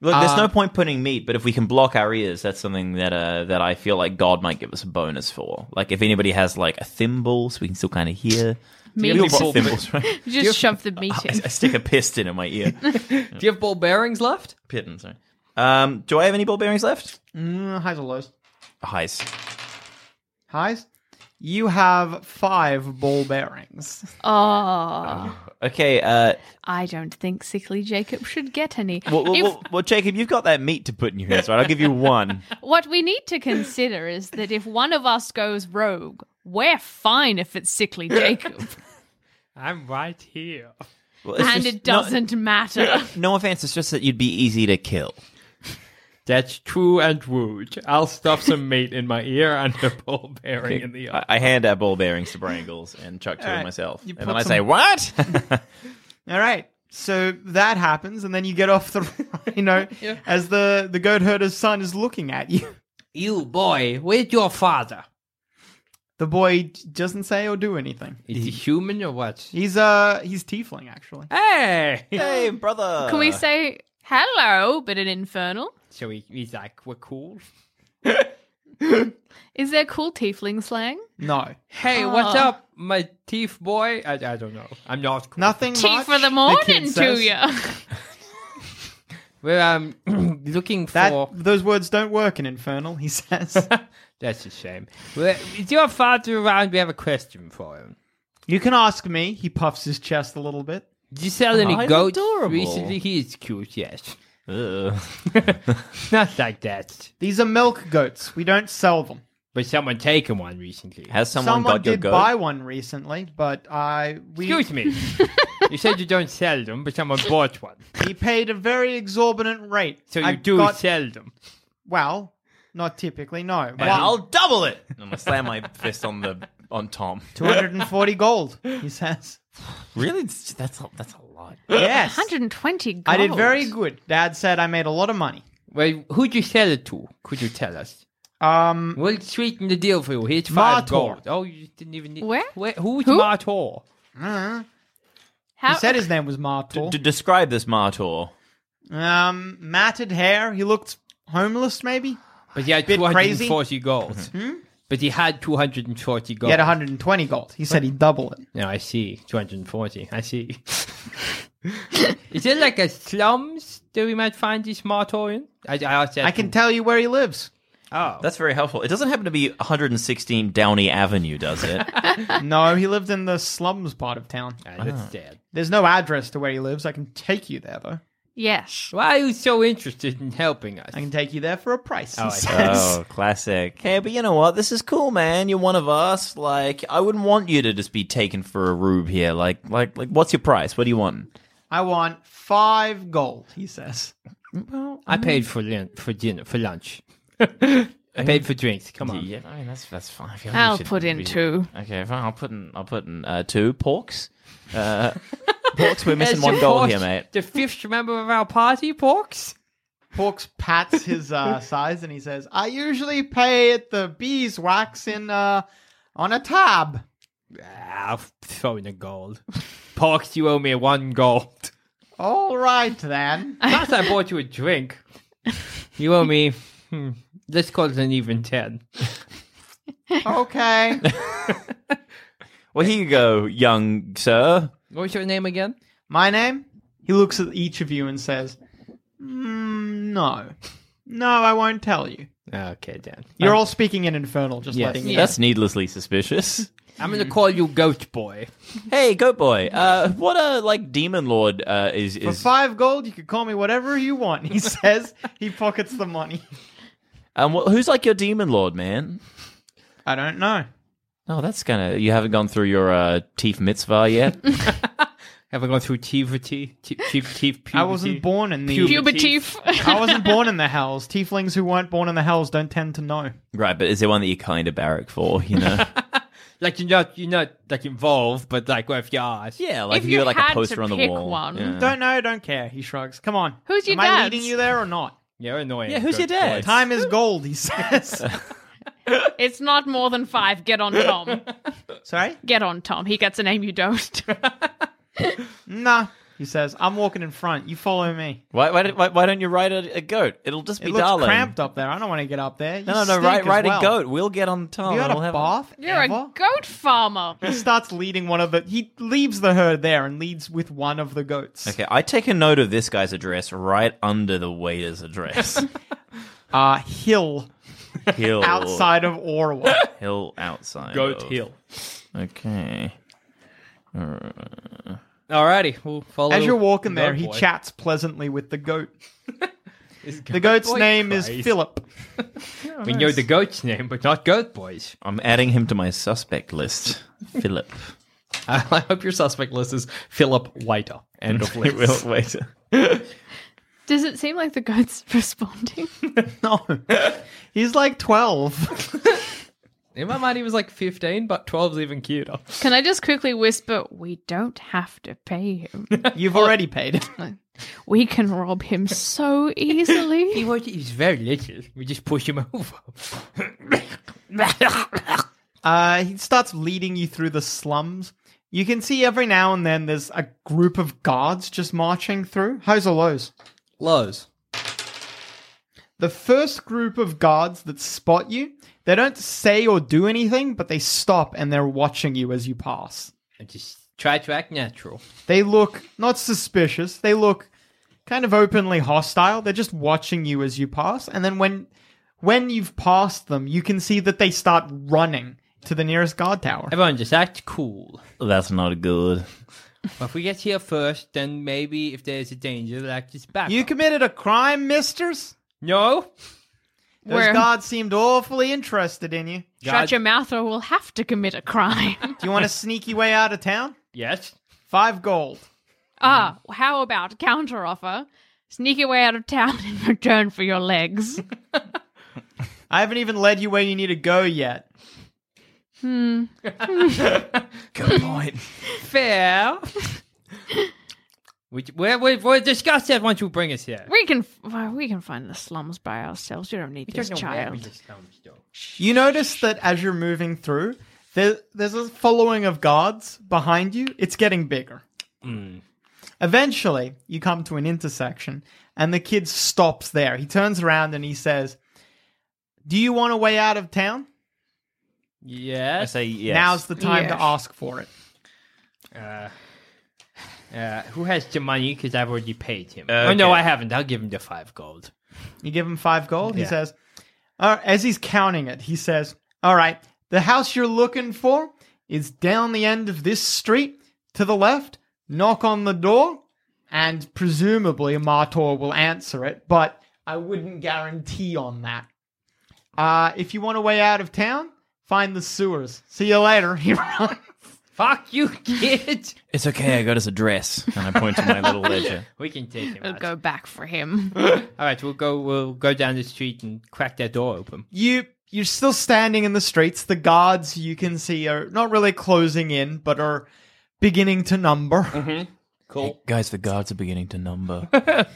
[SPEAKER 4] Look, there's
[SPEAKER 6] Ah.
[SPEAKER 4] no point putting meat, but if we can block our ears, that's something that uh, that I feel like God might give us a bonus for. Like if anybody has like a thimble, so we can still kind of hear.
[SPEAKER 3] Meat.
[SPEAKER 4] We all got
[SPEAKER 6] Thimble.
[SPEAKER 4] thimbles, right?
[SPEAKER 3] You just shove the meat
[SPEAKER 4] I,
[SPEAKER 3] in
[SPEAKER 4] I stick a piston in my ear.
[SPEAKER 6] Do you have ball bearings left?
[SPEAKER 4] Pittance. Right? Um, do I have any ball bearings left?
[SPEAKER 5] mm, highs or lows?
[SPEAKER 4] Highs.
[SPEAKER 5] Highs. You have five ball bearings.
[SPEAKER 3] oh
[SPEAKER 4] Okay, uh,
[SPEAKER 3] I don't think sickly Jacob should get any.
[SPEAKER 4] well, well,
[SPEAKER 3] If-
[SPEAKER 4] well, well, Jacob, you've got that meat to put in your hands, right? I'll give you one.
[SPEAKER 3] What we need to consider is that if one of us goes rogue, we're fine if it's sickly Jacob.
[SPEAKER 6] I'm right here.
[SPEAKER 4] Well, it's
[SPEAKER 3] and
[SPEAKER 4] just-
[SPEAKER 3] it doesn't matter.
[SPEAKER 4] No, no offense, it's just that you'd be easy to kill.
[SPEAKER 6] That's true and rude. I'll stuff some meat in my ear and a ball bearing in the
[SPEAKER 4] I,
[SPEAKER 6] other.
[SPEAKER 4] I hand out ball bearings to Brangles and chuck two
[SPEAKER 5] All right,
[SPEAKER 4] myself.
[SPEAKER 5] you
[SPEAKER 4] And then
[SPEAKER 5] put
[SPEAKER 4] I
[SPEAKER 5] some-
[SPEAKER 4] say, What?
[SPEAKER 5] All right. So that happens, and then you get off the rhino as the, the goat herder's son is looking at you.
[SPEAKER 2] You boy, where's your father?
[SPEAKER 5] The boy d- doesn't say or do anything.
[SPEAKER 2] Is he human or what?
[SPEAKER 5] He's uh he's tiefling actually.
[SPEAKER 2] Hey!
[SPEAKER 4] hey, brother.
[SPEAKER 5] Uh.
[SPEAKER 3] Can we say hello, but in infernal?
[SPEAKER 2] So he, he's like, we're cool.
[SPEAKER 3] Is there cool tiefling slang?
[SPEAKER 5] No,
[SPEAKER 2] Hey, what's
[SPEAKER 3] Oh.
[SPEAKER 2] up, my thief boy? I, I don't know. I'm not cool.
[SPEAKER 5] nothing.
[SPEAKER 3] Tea
[SPEAKER 5] much,
[SPEAKER 3] for the
[SPEAKER 5] kid
[SPEAKER 3] morning to
[SPEAKER 5] says.
[SPEAKER 3] you.
[SPEAKER 2] We're um, looking for.
[SPEAKER 5] That those words don't work in infernal. He says.
[SPEAKER 2] That's a shame. Well, is your father around? We have a question for him.
[SPEAKER 5] you can ask me. He puffs his chest a little bit.
[SPEAKER 2] Did you sell any
[SPEAKER 4] Oh, he's
[SPEAKER 2] goats
[SPEAKER 4] adorable.
[SPEAKER 2] recently? He is cute, yes.
[SPEAKER 4] Ugh.
[SPEAKER 2] not like that.
[SPEAKER 5] These are milk goats. We don't sell them.
[SPEAKER 2] But someone taken one recently.
[SPEAKER 4] Has someone, got your
[SPEAKER 5] did
[SPEAKER 4] goat?
[SPEAKER 5] buy one recently, but I we
[SPEAKER 2] Excuse me. you said you don't sell them, but someone bought one.
[SPEAKER 5] he paid a very exorbitant rate.
[SPEAKER 2] So you
[SPEAKER 5] I
[SPEAKER 2] do
[SPEAKER 5] got-
[SPEAKER 2] sell them.
[SPEAKER 5] well, not typically. No,
[SPEAKER 4] And I'll double it. And I'm gonna slam my fist on the on Tom.
[SPEAKER 5] two hundred and forty gold. He says.
[SPEAKER 4] Really, It's- that's a, that's a lot.
[SPEAKER 5] Yes,
[SPEAKER 3] 120 gold.
[SPEAKER 5] I did very good. Dad said I made a lot of money.
[SPEAKER 2] Well, who'd you sell it to? Could you tell us?
[SPEAKER 5] Um,
[SPEAKER 2] We'll sweeten the deal for you. Here's five
[SPEAKER 5] Martor.
[SPEAKER 2] gold. Oh, you didn't even need.
[SPEAKER 3] Where?
[SPEAKER 2] who's
[SPEAKER 3] Who?
[SPEAKER 2] Martor?
[SPEAKER 3] How,
[SPEAKER 5] Uh-huh. He said his name was Martor.
[SPEAKER 4] To describe this martor.
[SPEAKER 5] Um, matted hair. He looked homeless, maybe.
[SPEAKER 2] But he had
[SPEAKER 5] Bit crazy.
[SPEAKER 2] 240
[SPEAKER 5] Mm-hmm.
[SPEAKER 2] gold.
[SPEAKER 4] Hmm?
[SPEAKER 2] But he had 240 gold.
[SPEAKER 5] He had 120 gold. He said he'd double it.
[SPEAKER 2] No, I see. 240. I see. Is it like a slums that we might find this martor in? I, I, asked that
[SPEAKER 5] I can
[SPEAKER 2] to-
[SPEAKER 5] tell you where he lives.
[SPEAKER 2] Oh.
[SPEAKER 4] That's very helpful. It doesn't happen to be 116 Downey Avenue, does it?
[SPEAKER 5] no, he lived in the slums part of town.
[SPEAKER 2] Ah,
[SPEAKER 3] Uh-huh.
[SPEAKER 2] that's dead.
[SPEAKER 5] There's no address to where he lives. I can take you there though.
[SPEAKER 3] Yes.
[SPEAKER 2] Why are you so interested in helping us?
[SPEAKER 5] I can take you there for a price. he
[SPEAKER 2] Oh, I see.
[SPEAKER 5] says.
[SPEAKER 4] Oh, classic. Hey, but you know what? This is cool, man. You're one of us. Like, I wouldn't want you to just be taken for a rube here. Like, like, like. What's your price? What do you want?
[SPEAKER 5] I want five gold. He says.
[SPEAKER 2] I paid for lin- for dinner for lunch. I paid for drinks. Come on.
[SPEAKER 4] I mean that's that's fine. I feel like we
[SPEAKER 3] I'll
[SPEAKER 4] should-
[SPEAKER 3] put in
[SPEAKER 4] we should-
[SPEAKER 3] two.
[SPEAKER 4] Okay, fine. I'll put in. I'll put in uh, two porks. Uh, porks. We're missing
[SPEAKER 2] As
[SPEAKER 4] one
[SPEAKER 2] the
[SPEAKER 4] goal
[SPEAKER 2] fourth-
[SPEAKER 4] here, mate.
[SPEAKER 2] The fifth member of our party, Porks.
[SPEAKER 5] Porks pats his uh, size and he says, "I usually pay at the beeswax in uh, on a tab."
[SPEAKER 2] Ah, I'll throw in a gold. Porks, you owe me one gold.
[SPEAKER 5] All right then.
[SPEAKER 2] Plus, I bought you a drink. You owe me. Hmm, let's call it an even ten.
[SPEAKER 5] Okay.
[SPEAKER 4] Well, here you go, young sir.
[SPEAKER 2] What was your name again?
[SPEAKER 5] My name? He looks at each of you and says, mm, No. No, I won't tell you.
[SPEAKER 2] Okay, Dan. Um,
[SPEAKER 5] You're all speaking in Infernal, just
[SPEAKER 2] Yes.
[SPEAKER 5] letting you
[SPEAKER 4] That's needlessly suspicious.
[SPEAKER 2] I'm gonna call you Goat Boy.
[SPEAKER 4] hey, goat boy. Uh, what a like demon lord uh, is
[SPEAKER 5] For
[SPEAKER 4] is.
[SPEAKER 5] five gold, you could call me whatever you want, he says. he pockets the money.
[SPEAKER 4] Um, wh- who's like your demon lord, man?
[SPEAKER 5] I don't know.
[SPEAKER 4] Oh, that's kind of. You haven't gone through your uh, teeth mitzvah yet.
[SPEAKER 2] Have I gone through puberty? T- t- t- puberty?
[SPEAKER 5] I wasn't born in the.
[SPEAKER 3] Puberty.
[SPEAKER 5] I wasn't born in the hells. Tieflings who weren't born in the hells don't tend to know.
[SPEAKER 4] right, but is there one that you kind of barrack for? You know.
[SPEAKER 2] Like you're not, you're not like involved, but like what if you are?
[SPEAKER 4] yeah, like
[SPEAKER 3] If
[SPEAKER 4] if you
[SPEAKER 3] you
[SPEAKER 4] were like
[SPEAKER 3] had
[SPEAKER 4] a
[SPEAKER 3] to
[SPEAKER 4] poster on the
[SPEAKER 3] pick
[SPEAKER 4] wall.
[SPEAKER 3] one.
[SPEAKER 4] Yeah.
[SPEAKER 5] Don't know, don't care. He shrugs. Come on.
[SPEAKER 3] Who's your
[SPEAKER 5] Am I
[SPEAKER 3] dad's?
[SPEAKER 5] leading you there or not?
[SPEAKER 2] You're annoying.
[SPEAKER 4] Yeah, who's your
[SPEAKER 2] Goat
[SPEAKER 4] dad?
[SPEAKER 2] Boy.
[SPEAKER 5] Time is gold, he says.
[SPEAKER 3] It's not more than five. Get on Tom.
[SPEAKER 5] Sorry?
[SPEAKER 3] Get on Tom. He gets a name you don't.
[SPEAKER 5] Nah. He says, I'm walking in front. You follow me.
[SPEAKER 4] Why, why, don't- why, why don't you ride a, a goat? It'll just be
[SPEAKER 5] It looks
[SPEAKER 4] darling.
[SPEAKER 5] cramped up there. I don't want to get up there. You
[SPEAKER 4] No, no,
[SPEAKER 5] stink
[SPEAKER 4] right,
[SPEAKER 5] as
[SPEAKER 4] right
[SPEAKER 5] well.
[SPEAKER 4] a goat. We'll get on
[SPEAKER 5] Have
[SPEAKER 4] Tom.
[SPEAKER 5] you
[SPEAKER 4] and
[SPEAKER 5] had
[SPEAKER 4] we'll
[SPEAKER 5] a
[SPEAKER 4] have
[SPEAKER 5] bath?
[SPEAKER 3] You're a
[SPEAKER 5] ever?
[SPEAKER 3] goat farmer.
[SPEAKER 5] He starts leading one of the. He leaves the herd there and leads with one of the goats.
[SPEAKER 4] Okay, I take a note of this guy's address right under the waiter's address.
[SPEAKER 5] Uh, hill
[SPEAKER 4] hill
[SPEAKER 5] outside of Orwa.
[SPEAKER 4] Hill outside.
[SPEAKER 6] Goat
[SPEAKER 4] of-
[SPEAKER 6] heel.
[SPEAKER 4] Okay.
[SPEAKER 2] Alrighty, we'll follow.
[SPEAKER 5] As you're walking
[SPEAKER 2] the
[SPEAKER 5] there, he
[SPEAKER 2] boy.
[SPEAKER 5] chats pleasantly with the goat. the goat's
[SPEAKER 6] boy
[SPEAKER 5] name
[SPEAKER 6] Christ.
[SPEAKER 5] is Philip.
[SPEAKER 2] We know the goat's name, but not goat boys.
[SPEAKER 4] I'm adding him to my suspect list. Philip.
[SPEAKER 6] I hope your suspect list is Philip Waiter. End of
[SPEAKER 4] It will
[SPEAKER 6] list.
[SPEAKER 4] wait.
[SPEAKER 3] Does it seem like the goat's responding?
[SPEAKER 5] He's like 12.
[SPEAKER 6] In my mind, he was like 15, but 12's even cuter.
[SPEAKER 3] Can I just quickly whisper, we don't have to pay him.
[SPEAKER 5] You've already paid him.
[SPEAKER 3] We can rob him so easily.
[SPEAKER 2] He was, he's very little. We just push him over.
[SPEAKER 5] Uh, he starts leading you through the slums. You can see every now and then there's a group of guards just marching through. Highs or lows?
[SPEAKER 2] Lows.
[SPEAKER 5] The first group of guards that spot you, they don't say or do anything, but they stop and they're watching you as you pass.
[SPEAKER 2] I just try to act natural.
[SPEAKER 5] They look not suspicious. They look kind of openly hostile. They're just watching you as you pass, and then when when you've passed them, you can see that they start running to the nearest guard tower.
[SPEAKER 2] Everyone just act cool.
[SPEAKER 4] That's not good.
[SPEAKER 2] But if we get here first, then maybe if there's a danger, they'll act as back.
[SPEAKER 5] You committed a crime, misters.
[SPEAKER 2] no.
[SPEAKER 5] Those
[SPEAKER 3] Where-
[SPEAKER 5] guards seemed awfully interested in you.
[SPEAKER 3] Shut your mouth or we'll have to commit a crime.
[SPEAKER 5] Do you want a sneaky way out of town?
[SPEAKER 2] Yes.
[SPEAKER 5] Five gold.
[SPEAKER 3] ah, how about counteroffer? Sneak your way out of town in return for your legs.
[SPEAKER 5] I haven't even led you where you need to go yet.
[SPEAKER 3] Hmm.
[SPEAKER 4] Good point.
[SPEAKER 3] Fair.
[SPEAKER 2] We, we, we, we'll discuss that once you bring us here.
[SPEAKER 3] We can well, we can find the slums by ourselves. You don't need this child.
[SPEAKER 5] You notice that as you're moving through, there, there's a following of guards behind you. It's getting bigger.
[SPEAKER 6] Hmm.
[SPEAKER 5] Eventually, you come to an intersection, and the kid stops there. He turns around and he says, Do you want a way out of town?
[SPEAKER 4] I
[SPEAKER 2] Yes.
[SPEAKER 4] say yes.
[SPEAKER 5] Now's the time
[SPEAKER 3] Yes.
[SPEAKER 5] to ask for it.
[SPEAKER 2] Uh, who has the money? Because I've already paid him.
[SPEAKER 4] Okay.
[SPEAKER 2] Oh no, I haven't. I'll give him the five gold.
[SPEAKER 5] You give him five gold. He
[SPEAKER 2] Yeah.
[SPEAKER 5] says, uh, As he's counting it, he says, All right, the house you're looking for is down the end of this street to the left. Knock on the door, and presumably Martor will answer it, but I wouldn't guarantee on that. Uh, if you want a way out of town, find the sewers. See you later. He runs.
[SPEAKER 2] Fuck you, kid.
[SPEAKER 4] It's okay. I got his address, and I point to my little ledger.
[SPEAKER 2] we can take him.
[SPEAKER 3] We'll
[SPEAKER 2] Out.
[SPEAKER 3] go back for him.
[SPEAKER 2] All right, we'll go. We'll go down the street and crack that door open.
[SPEAKER 5] you you're still standing in the streets. The guards you can see are not really closing in, but are beginning to number.
[SPEAKER 4] Cool, guys. The guards are beginning to number.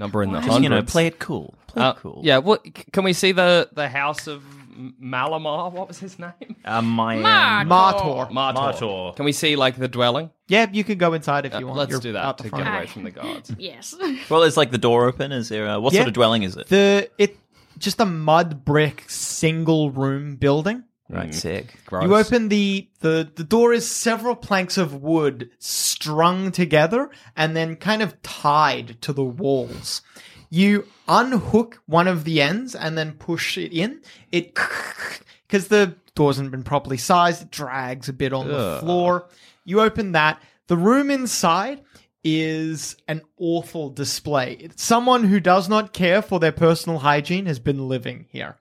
[SPEAKER 6] Number in the
[SPEAKER 4] Just you know, play it cool. Play
[SPEAKER 6] Uh,
[SPEAKER 4] it cool.
[SPEAKER 6] Yeah, what c- can we see the the house of M- Malamar? What was his name?
[SPEAKER 4] Uh, my
[SPEAKER 3] Mark!
[SPEAKER 4] um,
[SPEAKER 5] Martor.
[SPEAKER 6] Martor.
[SPEAKER 4] Martor.
[SPEAKER 6] Can we see like the dwelling?
[SPEAKER 5] Yeah, you could go inside if
[SPEAKER 6] Uh,
[SPEAKER 5] you want.
[SPEAKER 6] let's
[SPEAKER 5] You're
[SPEAKER 6] do that
[SPEAKER 5] out the
[SPEAKER 6] to get
[SPEAKER 5] front.
[SPEAKER 6] away from the guards.
[SPEAKER 3] yes.
[SPEAKER 4] Well, is like the door open? Is there? Uh, what
[SPEAKER 5] Yeah.
[SPEAKER 4] sort of dwelling is it?
[SPEAKER 5] The it just a mud brick single room building.
[SPEAKER 4] Right, sick. Gross.
[SPEAKER 5] Mm. You open the the the door is several planks of wood strung together and then kind of tied to the walls. You unhook one of the ends and then push it in. It because the door hasn't been properly sized, it drags a bit on the floor. You open that. The room inside is an awful display. Someone who does not care for their personal hygiene has been living here.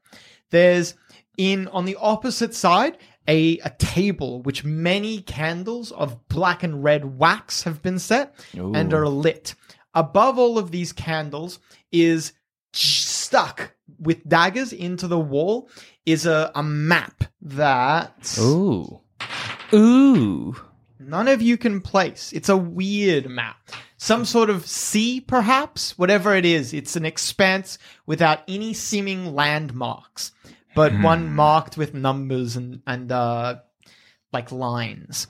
[SPEAKER 5] There's in on the opposite side a, a table which many candles of black and red wax have been set and are lit. Above all of these candles is j- stuck with daggers into the wall is a, a map that
[SPEAKER 2] Ooh. Ooh.
[SPEAKER 5] none of you can place. It's a weird map. Some sort of sea, perhaps? Whatever it is, it's an expanse without any seeming landmarks, but one marked with numbers and, and uh, like lines.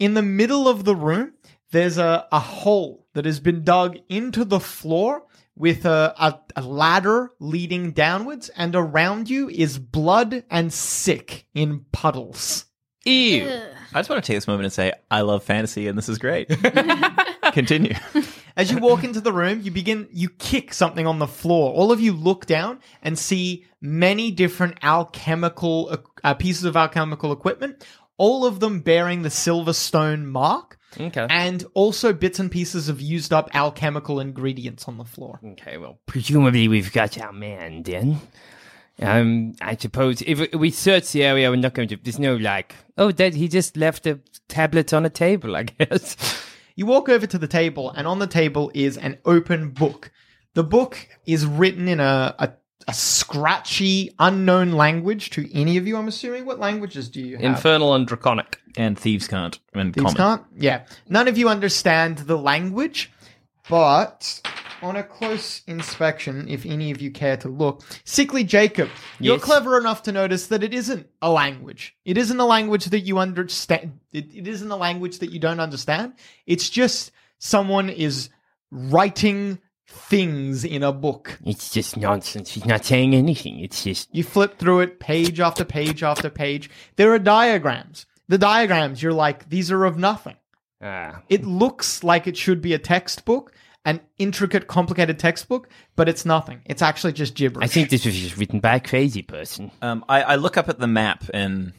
[SPEAKER 5] In the middle of the room, there's a, a hole that has been dug into the floor with a, a, a ladder leading downwards, and around you is blood and sick in puddles.
[SPEAKER 4] Ew. I just want to take this moment and say I love fantasy, and this is great. Continue.
[SPEAKER 5] As you walk into the room, you begin, you kick something on the floor. All of you look down and see many different uh, alchemical uh, pieces of alchemical equipment, all of them bearing the silver stone mark. Okay. And also bits and pieces of used up alchemical ingredients on the floor.
[SPEAKER 2] Okay, well, Presumably, we've got our man then. Um, I suppose if we search the area, we're not going to. There's no like, oh, that he just left a tablet on a table. I guess.
[SPEAKER 5] You walk over to the table, and on the table is an open book. The book is written in a, a, a scratchy, unknown language to any of you, I'm assuming. What languages do you have?
[SPEAKER 4] Infernal and Draconic. And Thieves Can't. And
[SPEAKER 5] Thieves
[SPEAKER 4] common.
[SPEAKER 5] can't? Yeah. None of you understand the language, but on a close inspection, if any of you care to look, Sickly Jacob, you're
[SPEAKER 2] Yes.
[SPEAKER 5] clever enough to notice that it isn't a language. It isn't a language that you understand. It, it isn't a language that you don't understand. It's just someone is writing things in a book.
[SPEAKER 2] It's just nonsense. He's not saying anything. It's just
[SPEAKER 5] You flip through it page after page after page. There are diagrams. The diagrams, you're like, these are of nothing.
[SPEAKER 2] ah,
[SPEAKER 5] It looks like it should be a textbook, an intricate, complicated textbook, but it's nothing. It's actually just gibberish.
[SPEAKER 2] I think this was just written by a crazy person.
[SPEAKER 4] Um, I, I look up at the map and Mm.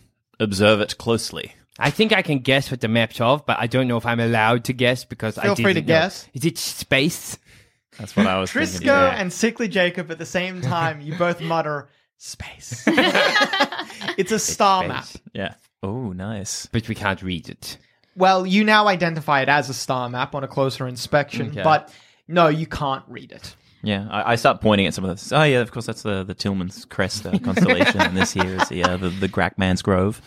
[SPEAKER 4] observe it closely.
[SPEAKER 2] I think I can guess what the map's of, but I don't know if I'm allowed to guess because I
[SPEAKER 5] Feel free to
[SPEAKER 2] didn't know.
[SPEAKER 5] guess.
[SPEAKER 2] Is it space?
[SPEAKER 4] That's what I was
[SPEAKER 5] Trisco
[SPEAKER 4] thinking. Yeah.
[SPEAKER 5] and Sickly Jacob at the same time, you both mutter, space. it's a star map.
[SPEAKER 4] yeah. Oh, nice.
[SPEAKER 2] But we can't read it.
[SPEAKER 5] Well, you now identify it as a star map on a closer inspection,
[SPEAKER 2] Mm,
[SPEAKER 4] Okay.
[SPEAKER 5] but no, you can't read it.
[SPEAKER 4] Yeah, I, I start pointing at some of this. Oh, yeah, of course, that's the, the Tillman's Crest uh, constellation, and this here is the, uh, the, the Grackman's Grove.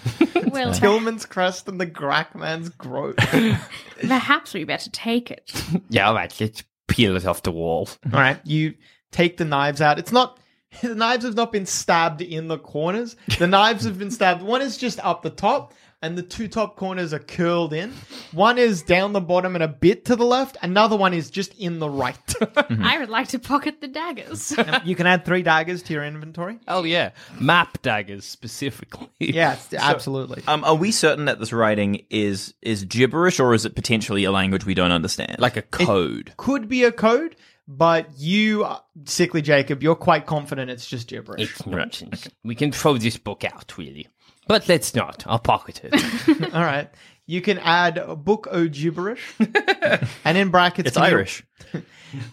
[SPEAKER 3] Well,
[SPEAKER 5] Tillman's Crest and the Grackman's Grove.
[SPEAKER 3] perhaps we better take it.
[SPEAKER 2] Yeah, all right, let's peel it off the wall.
[SPEAKER 5] All right, you take the knives out. It's not the knives have not been stabbed in the corners. The knives have been stabbed. One is just up the top, and the two top corners are curled in. One is down the bottom and a bit to the left. Another one is just in the right.
[SPEAKER 3] I would like to pocket the daggers.
[SPEAKER 5] you can add three daggers to your inventory.
[SPEAKER 2] Oh yeah, map daggers specifically.
[SPEAKER 5] Yes, absolutely.
[SPEAKER 4] Um, are we certain that this writing is is gibberish, or is it potentially a language we don't understand, like a code?
[SPEAKER 5] Could be a code, but you, uh, sickly Jacob, you're quite confident it's just gibberish.
[SPEAKER 2] It's nonsense. We can throw this book out, really. But let's not. I'll pocket it.
[SPEAKER 5] All right. You can add a book o gibberish, and in brackets,
[SPEAKER 4] It's
[SPEAKER 5] can you-
[SPEAKER 4] Irish.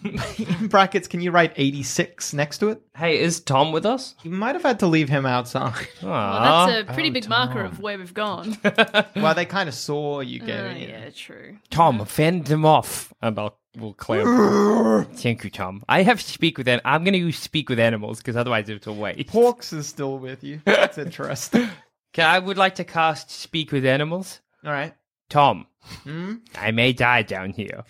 [SPEAKER 5] in brackets, can you write 86 next to it?
[SPEAKER 1] Hey, is Tom with us?
[SPEAKER 5] You might have had to leave him outside.
[SPEAKER 3] well,
[SPEAKER 5] Oh,
[SPEAKER 3] that's a pretty big marker of where we've gone. Uh,
[SPEAKER 5] well, they kind of saw you going. in.
[SPEAKER 3] Oh, yeah, true.
[SPEAKER 5] Uh-huh.
[SPEAKER 2] Tom, fend them off, and I'll we'll clear. Thank you, Tom. I have to speak with them. I'm going to use speak with animals because otherwise it's a waste.
[SPEAKER 5] Porks is still with you. That's interesting.
[SPEAKER 2] Okay, I would like to cast speak with animals.
[SPEAKER 5] All right. Hmm?
[SPEAKER 2] Tom, I may die down here.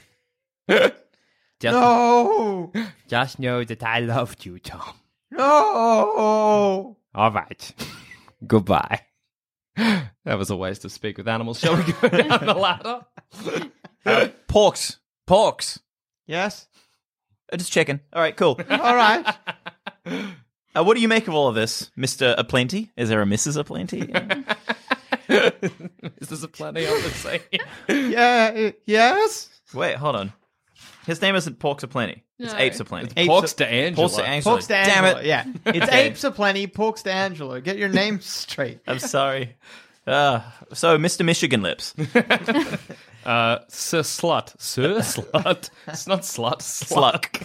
[SPEAKER 2] just,
[SPEAKER 5] No,
[SPEAKER 2] just know that I loved you, Tom.
[SPEAKER 5] no.
[SPEAKER 2] All right. Goodbye.
[SPEAKER 1] That was a waste of speak with animals. Shall we go down the ladder?
[SPEAKER 4] Um, Porks, porks.
[SPEAKER 5] Yes.
[SPEAKER 4] Uh, just checking. All right, cool.
[SPEAKER 5] All right.
[SPEAKER 4] Uh, what do you make of all of this, Mister Aplenty? Is there a Mrs. Aplenty?
[SPEAKER 1] Is there plenty of the same?
[SPEAKER 5] Yeah. eh, Yes.
[SPEAKER 4] Wait, hold on. His name isn't Porks Aplenty. It's
[SPEAKER 3] No.
[SPEAKER 4] Apes Aplenty.
[SPEAKER 5] Apes
[SPEAKER 1] Porks
[SPEAKER 5] to-
[SPEAKER 1] to Angela.
[SPEAKER 4] Porks to Angela.
[SPEAKER 5] Porks to
[SPEAKER 4] Damn
[SPEAKER 5] Angela.
[SPEAKER 4] it.
[SPEAKER 5] Yeah. It's apes apes plenty. Porks to Angela. Get your name straight.
[SPEAKER 4] I'm sorry. Uh, so, Mr. Michigan Lips.
[SPEAKER 1] Uh, sir slut. Sir slut. It's not slut. Slut.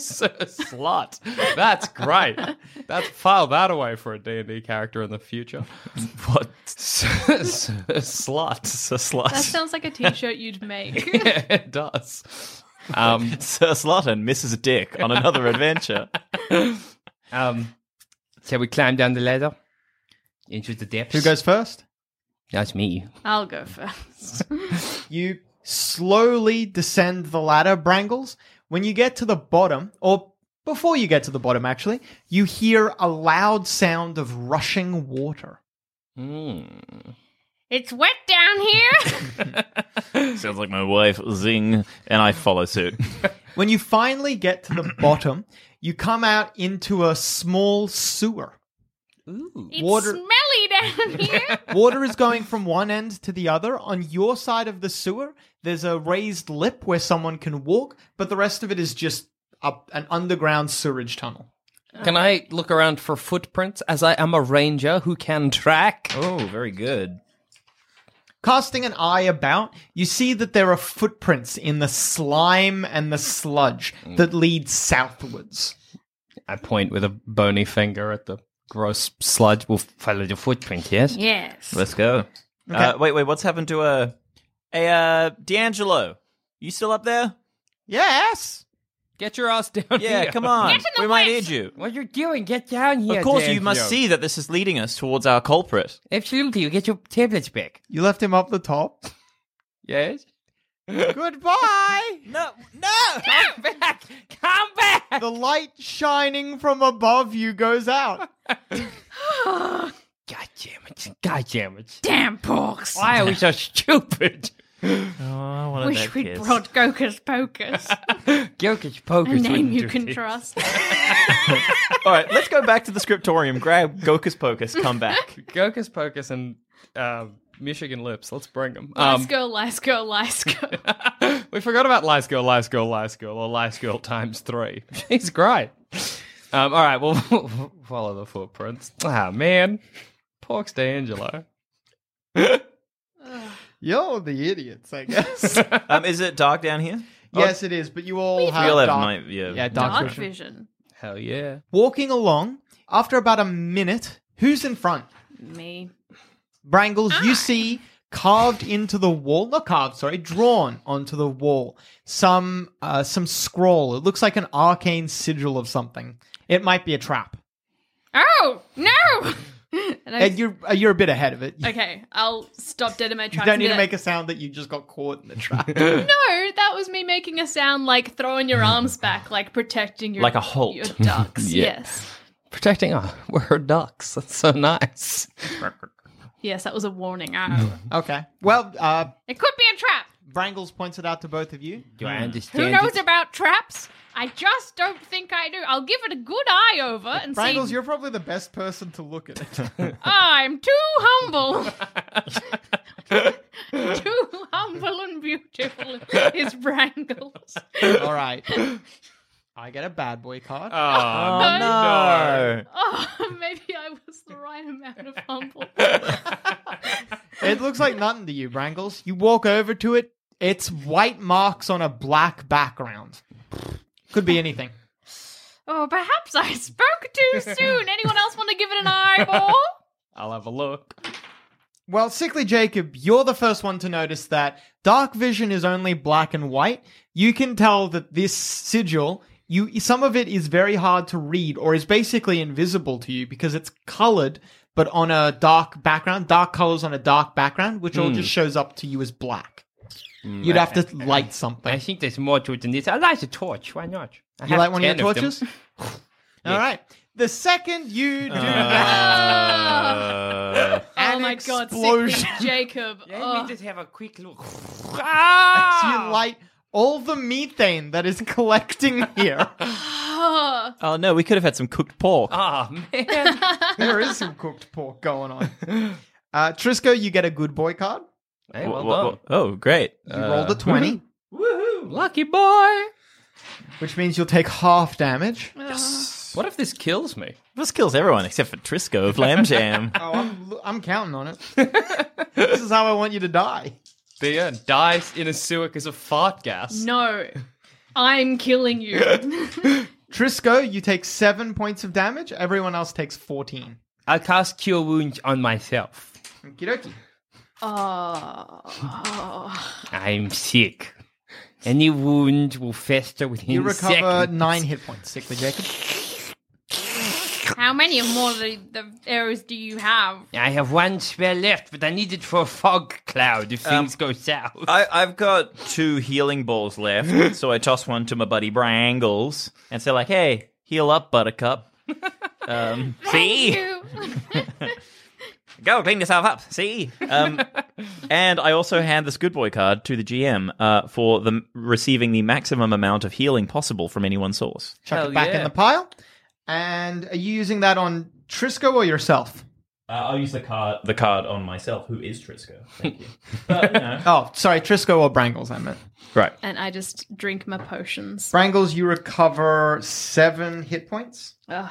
[SPEAKER 1] sir slut. That's great. That's file that away for a D&D character in the future.
[SPEAKER 4] What?
[SPEAKER 1] Sir, sir slut.
[SPEAKER 4] Sir Slot.
[SPEAKER 3] That sounds like a T-shirt you'd make.
[SPEAKER 1] Yeah, it does. Um,
[SPEAKER 4] Sir Slot and Mrs. Dick on another adventure.
[SPEAKER 2] Um, shall we climb down the ladder? Into the depths?
[SPEAKER 5] Who goes first?
[SPEAKER 2] That's me.
[SPEAKER 3] I'll go first.
[SPEAKER 5] You slowly descend the ladder, Brangles. When you get to the bottom, or before you get to the bottom, actually, you hear a loud sound of rushing water.
[SPEAKER 3] it's wet down here.
[SPEAKER 4] sounds like my wife, Zing, and I follow suit.
[SPEAKER 5] When you finally get to the bottom, you come out into a small sewer.
[SPEAKER 3] It's
[SPEAKER 5] Water-
[SPEAKER 3] smelly down here.
[SPEAKER 5] Water is going from one end to the other. On your side of the sewer, there's a raised lip where someone can walk, but the rest of it is just up an underground sewerage tunnel.
[SPEAKER 1] can I look around for footprints as I am a ranger who can track?
[SPEAKER 4] Oh, very good.
[SPEAKER 5] Casting an eye about, you see that there are footprints in the slime and the sludge
[SPEAKER 4] Mm.
[SPEAKER 5] that lead southwards.
[SPEAKER 2] I point with a bony finger at the gross sludge. We'll follow the footprint, yes?
[SPEAKER 3] Yes.
[SPEAKER 4] Let's go. Uh, wait, wait. What's happened to uh, a uh, D'Angelo? You still up there?
[SPEAKER 5] Yes.
[SPEAKER 6] Get your ass down
[SPEAKER 4] Yeah,
[SPEAKER 6] here.
[SPEAKER 4] come on.
[SPEAKER 3] Get in the
[SPEAKER 4] we might
[SPEAKER 3] west.
[SPEAKER 4] need you.
[SPEAKER 2] What you're doing? Get down here.
[SPEAKER 4] of course,
[SPEAKER 2] Dan.
[SPEAKER 4] you must see that this is leading us towards our culprit.
[SPEAKER 2] Absolutely, you get your tablets back.
[SPEAKER 5] You left him up the top.
[SPEAKER 6] Yes.
[SPEAKER 5] Goodbye.
[SPEAKER 4] No, no.
[SPEAKER 2] Come back! Come back!
[SPEAKER 5] The light shining from above you goes out.
[SPEAKER 2] God damn it. God damn it.
[SPEAKER 3] Damn porks.
[SPEAKER 2] Why are we so stupid?
[SPEAKER 4] Oh,
[SPEAKER 3] Wish we'd brought Gokus Pokus.
[SPEAKER 2] Jokic
[SPEAKER 3] A
[SPEAKER 2] pokers.
[SPEAKER 3] name
[SPEAKER 2] wouldn't
[SPEAKER 3] you
[SPEAKER 2] do
[SPEAKER 3] can
[SPEAKER 2] this.
[SPEAKER 3] trust.
[SPEAKER 4] All right, let's go back to the scriptorium. Grab Gokus Pocus. Come
[SPEAKER 2] Uh,
[SPEAKER 4] back.
[SPEAKER 6] Gokus Pocus and uh, Michigan Lips. Let's bring Um, them.
[SPEAKER 3] Lice girl, lice girl, lice girl.
[SPEAKER 6] we forgot about Lice Girl, Lice Girl, Lice Girl, or Lice Girl times three. She's great. Um, all right, well, we'll follow the footprints. Ah, man. Porks D'Angelo.
[SPEAKER 5] You're the idiots, I guess.
[SPEAKER 4] Um, is it dark down here? Oh.
[SPEAKER 5] yes, it is, but you all
[SPEAKER 4] We
[SPEAKER 5] have,
[SPEAKER 4] all have
[SPEAKER 5] dark-
[SPEAKER 4] night. Yeah.
[SPEAKER 5] Yeah, dark,
[SPEAKER 3] Dark
[SPEAKER 5] vision.
[SPEAKER 3] vision.
[SPEAKER 6] Hell yeah.
[SPEAKER 5] Walking along, after about a minute, who's in front?
[SPEAKER 3] Me.
[SPEAKER 5] Brangles,
[SPEAKER 3] Ah.
[SPEAKER 5] you see carved into the wall, not carved, sorry, drawn onto the wall, some uh, some scroll. It looks like an arcane sigil of something. It might be a trap.
[SPEAKER 3] Oh no! and I,
[SPEAKER 5] And you're uh, you're a bit ahead of it. You
[SPEAKER 3] okay, I'll stop dead in my tracks.
[SPEAKER 5] don't
[SPEAKER 3] and
[SPEAKER 5] need
[SPEAKER 3] be
[SPEAKER 5] to
[SPEAKER 3] like,
[SPEAKER 5] make a sound that you just got caught in the trap.
[SPEAKER 3] No, that was me making a sound like throwing your arms back, like protecting your
[SPEAKER 4] Like a halt.
[SPEAKER 3] Your ducks.
[SPEAKER 2] Yeah.
[SPEAKER 3] Yes.
[SPEAKER 2] Protecting our, we're her ducks. That's so nice.
[SPEAKER 3] Yes, that was a warning arrow.
[SPEAKER 5] okay. Well, uh,
[SPEAKER 3] it could be a trap.
[SPEAKER 5] Brangles points it out to both of you. Hmm.
[SPEAKER 2] Do I understand?
[SPEAKER 3] Who knows
[SPEAKER 2] it?
[SPEAKER 3] about traps? I just don't think I do. I'll give it a good eye over and
[SPEAKER 5] Brangles,
[SPEAKER 3] see.
[SPEAKER 5] you're probably the best person to look at it.
[SPEAKER 3] I'm too humble. too humble and beautiful is Brangles.
[SPEAKER 5] all right. I get a bad boy card.
[SPEAKER 6] Oh,
[SPEAKER 4] No.
[SPEAKER 3] Oh, maybe I was the right amount of humble.
[SPEAKER 5] It looks like nothing to you, Brangles. You walk over to it, it's white marks on a black background. Could be anything.
[SPEAKER 3] Oh, perhaps I spoke too soon. Anyone else want to give it an eyeball?
[SPEAKER 6] I'll have a look.
[SPEAKER 5] Well, Sickly Jacob, you're the first one to notice that dark vision is only black and white. You can tell that this sigil, you some of it is very hard to read or is basically invisible to you because it's colored but on a dark background, dark colors on a dark background, which
[SPEAKER 6] Hmm.
[SPEAKER 5] all just shows up to you as black.
[SPEAKER 4] Mm,
[SPEAKER 5] You'd have to light something.
[SPEAKER 2] I think there's more to it than this. I like a torch. Why not? I
[SPEAKER 5] You
[SPEAKER 2] have
[SPEAKER 5] light one of
[SPEAKER 2] 10
[SPEAKER 5] your
[SPEAKER 2] them.
[SPEAKER 5] torches? All right. The second you do
[SPEAKER 4] Uh,
[SPEAKER 3] oh
[SPEAKER 5] An
[SPEAKER 3] my god,
[SPEAKER 5] explosion.
[SPEAKER 3] sickly Jacob.
[SPEAKER 2] Let
[SPEAKER 3] Oh.
[SPEAKER 2] me just have a quick look.
[SPEAKER 5] that, you light all the methane that is collecting here.
[SPEAKER 3] Oh.
[SPEAKER 4] oh no, we could have had some cooked pork.
[SPEAKER 2] Ah, man.
[SPEAKER 5] there is some cooked pork going on. Uh, Trisco, you get a good boy card.
[SPEAKER 2] hey,
[SPEAKER 4] Wha-
[SPEAKER 2] well
[SPEAKER 4] wha-
[SPEAKER 2] done.
[SPEAKER 4] wha- oh, great.
[SPEAKER 5] You rolled a 20,
[SPEAKER 2] Woohoo! Lucky boy!
[SPEAKER 3] Ah.
[SPEAKER 5] which means you'll take half damage.
[SPEAKER 2] What if this kills me?
[SPEAKER 4] This kills everyone except for Trisco of Lamb Jam.
[SPEAKER 5] Oh, I'm, I'm counting on it. this is how I want you to die.
[SPEAKER 6] The end. Dice in a suic is a fart gas.
[SPEAKER 3] No. I'm killing you.
[SPEAKER 5] Trisco, you take seven points of damage. Everyone else takes 14.
[SPEAKER 2] I'll cast Cure Wounds on myself.
[SPEAKER 5] Okie dokie.
[SPEAKER 3] oh.
[SPEAKER 2] I'm sick. Any wound will fester within
[SPEAKER 5] You recover
[SPEAKER 2] seconds.
[SPEAKER 5] nine hit points, Sickly Jacob.
[SPEAKER 3] How many more of the, the arrows do you have?
[SPEAKER 2] I have one spare left, but I need it for a fog cloud if
[SPEAKER 4] Um,
[SPEAKER 2] things go south.
[SPEAKER 4] I, I've got two healing balls left, so I toss one to my buddy Brangles and say like, "Hey, heal up, Buttercup. Um, see,
[SPEAKER 3] Two.
[SPEAKER 4] go clean yourself up. See." Um, and I also hand this good boy card to the GM uh, for the receiving the maximum amount of healing possible from any one source.
[SPEAKER 5] Chuck
[SPEAKER 2] Hell
[SPEAKER 5] it back
[SPEAKER 2] yeah.
[SPEAKER 5] in the pile. And are you using that on Trisco or yourself?
[SPEAKER 4] Uh, I'll use the card the card on myself. Who is Trisco? Thank you. But, you know.
[SPEAKER 5] Oh, sorry, Trisco or Brangles, I meant.
[SPEAKER 4] Right.
[SPEAKER 3] and I just drink my potions.
[SPEAKER 5] Brangles, you recover seven hit points.
[SPEAKER 3] Ugh.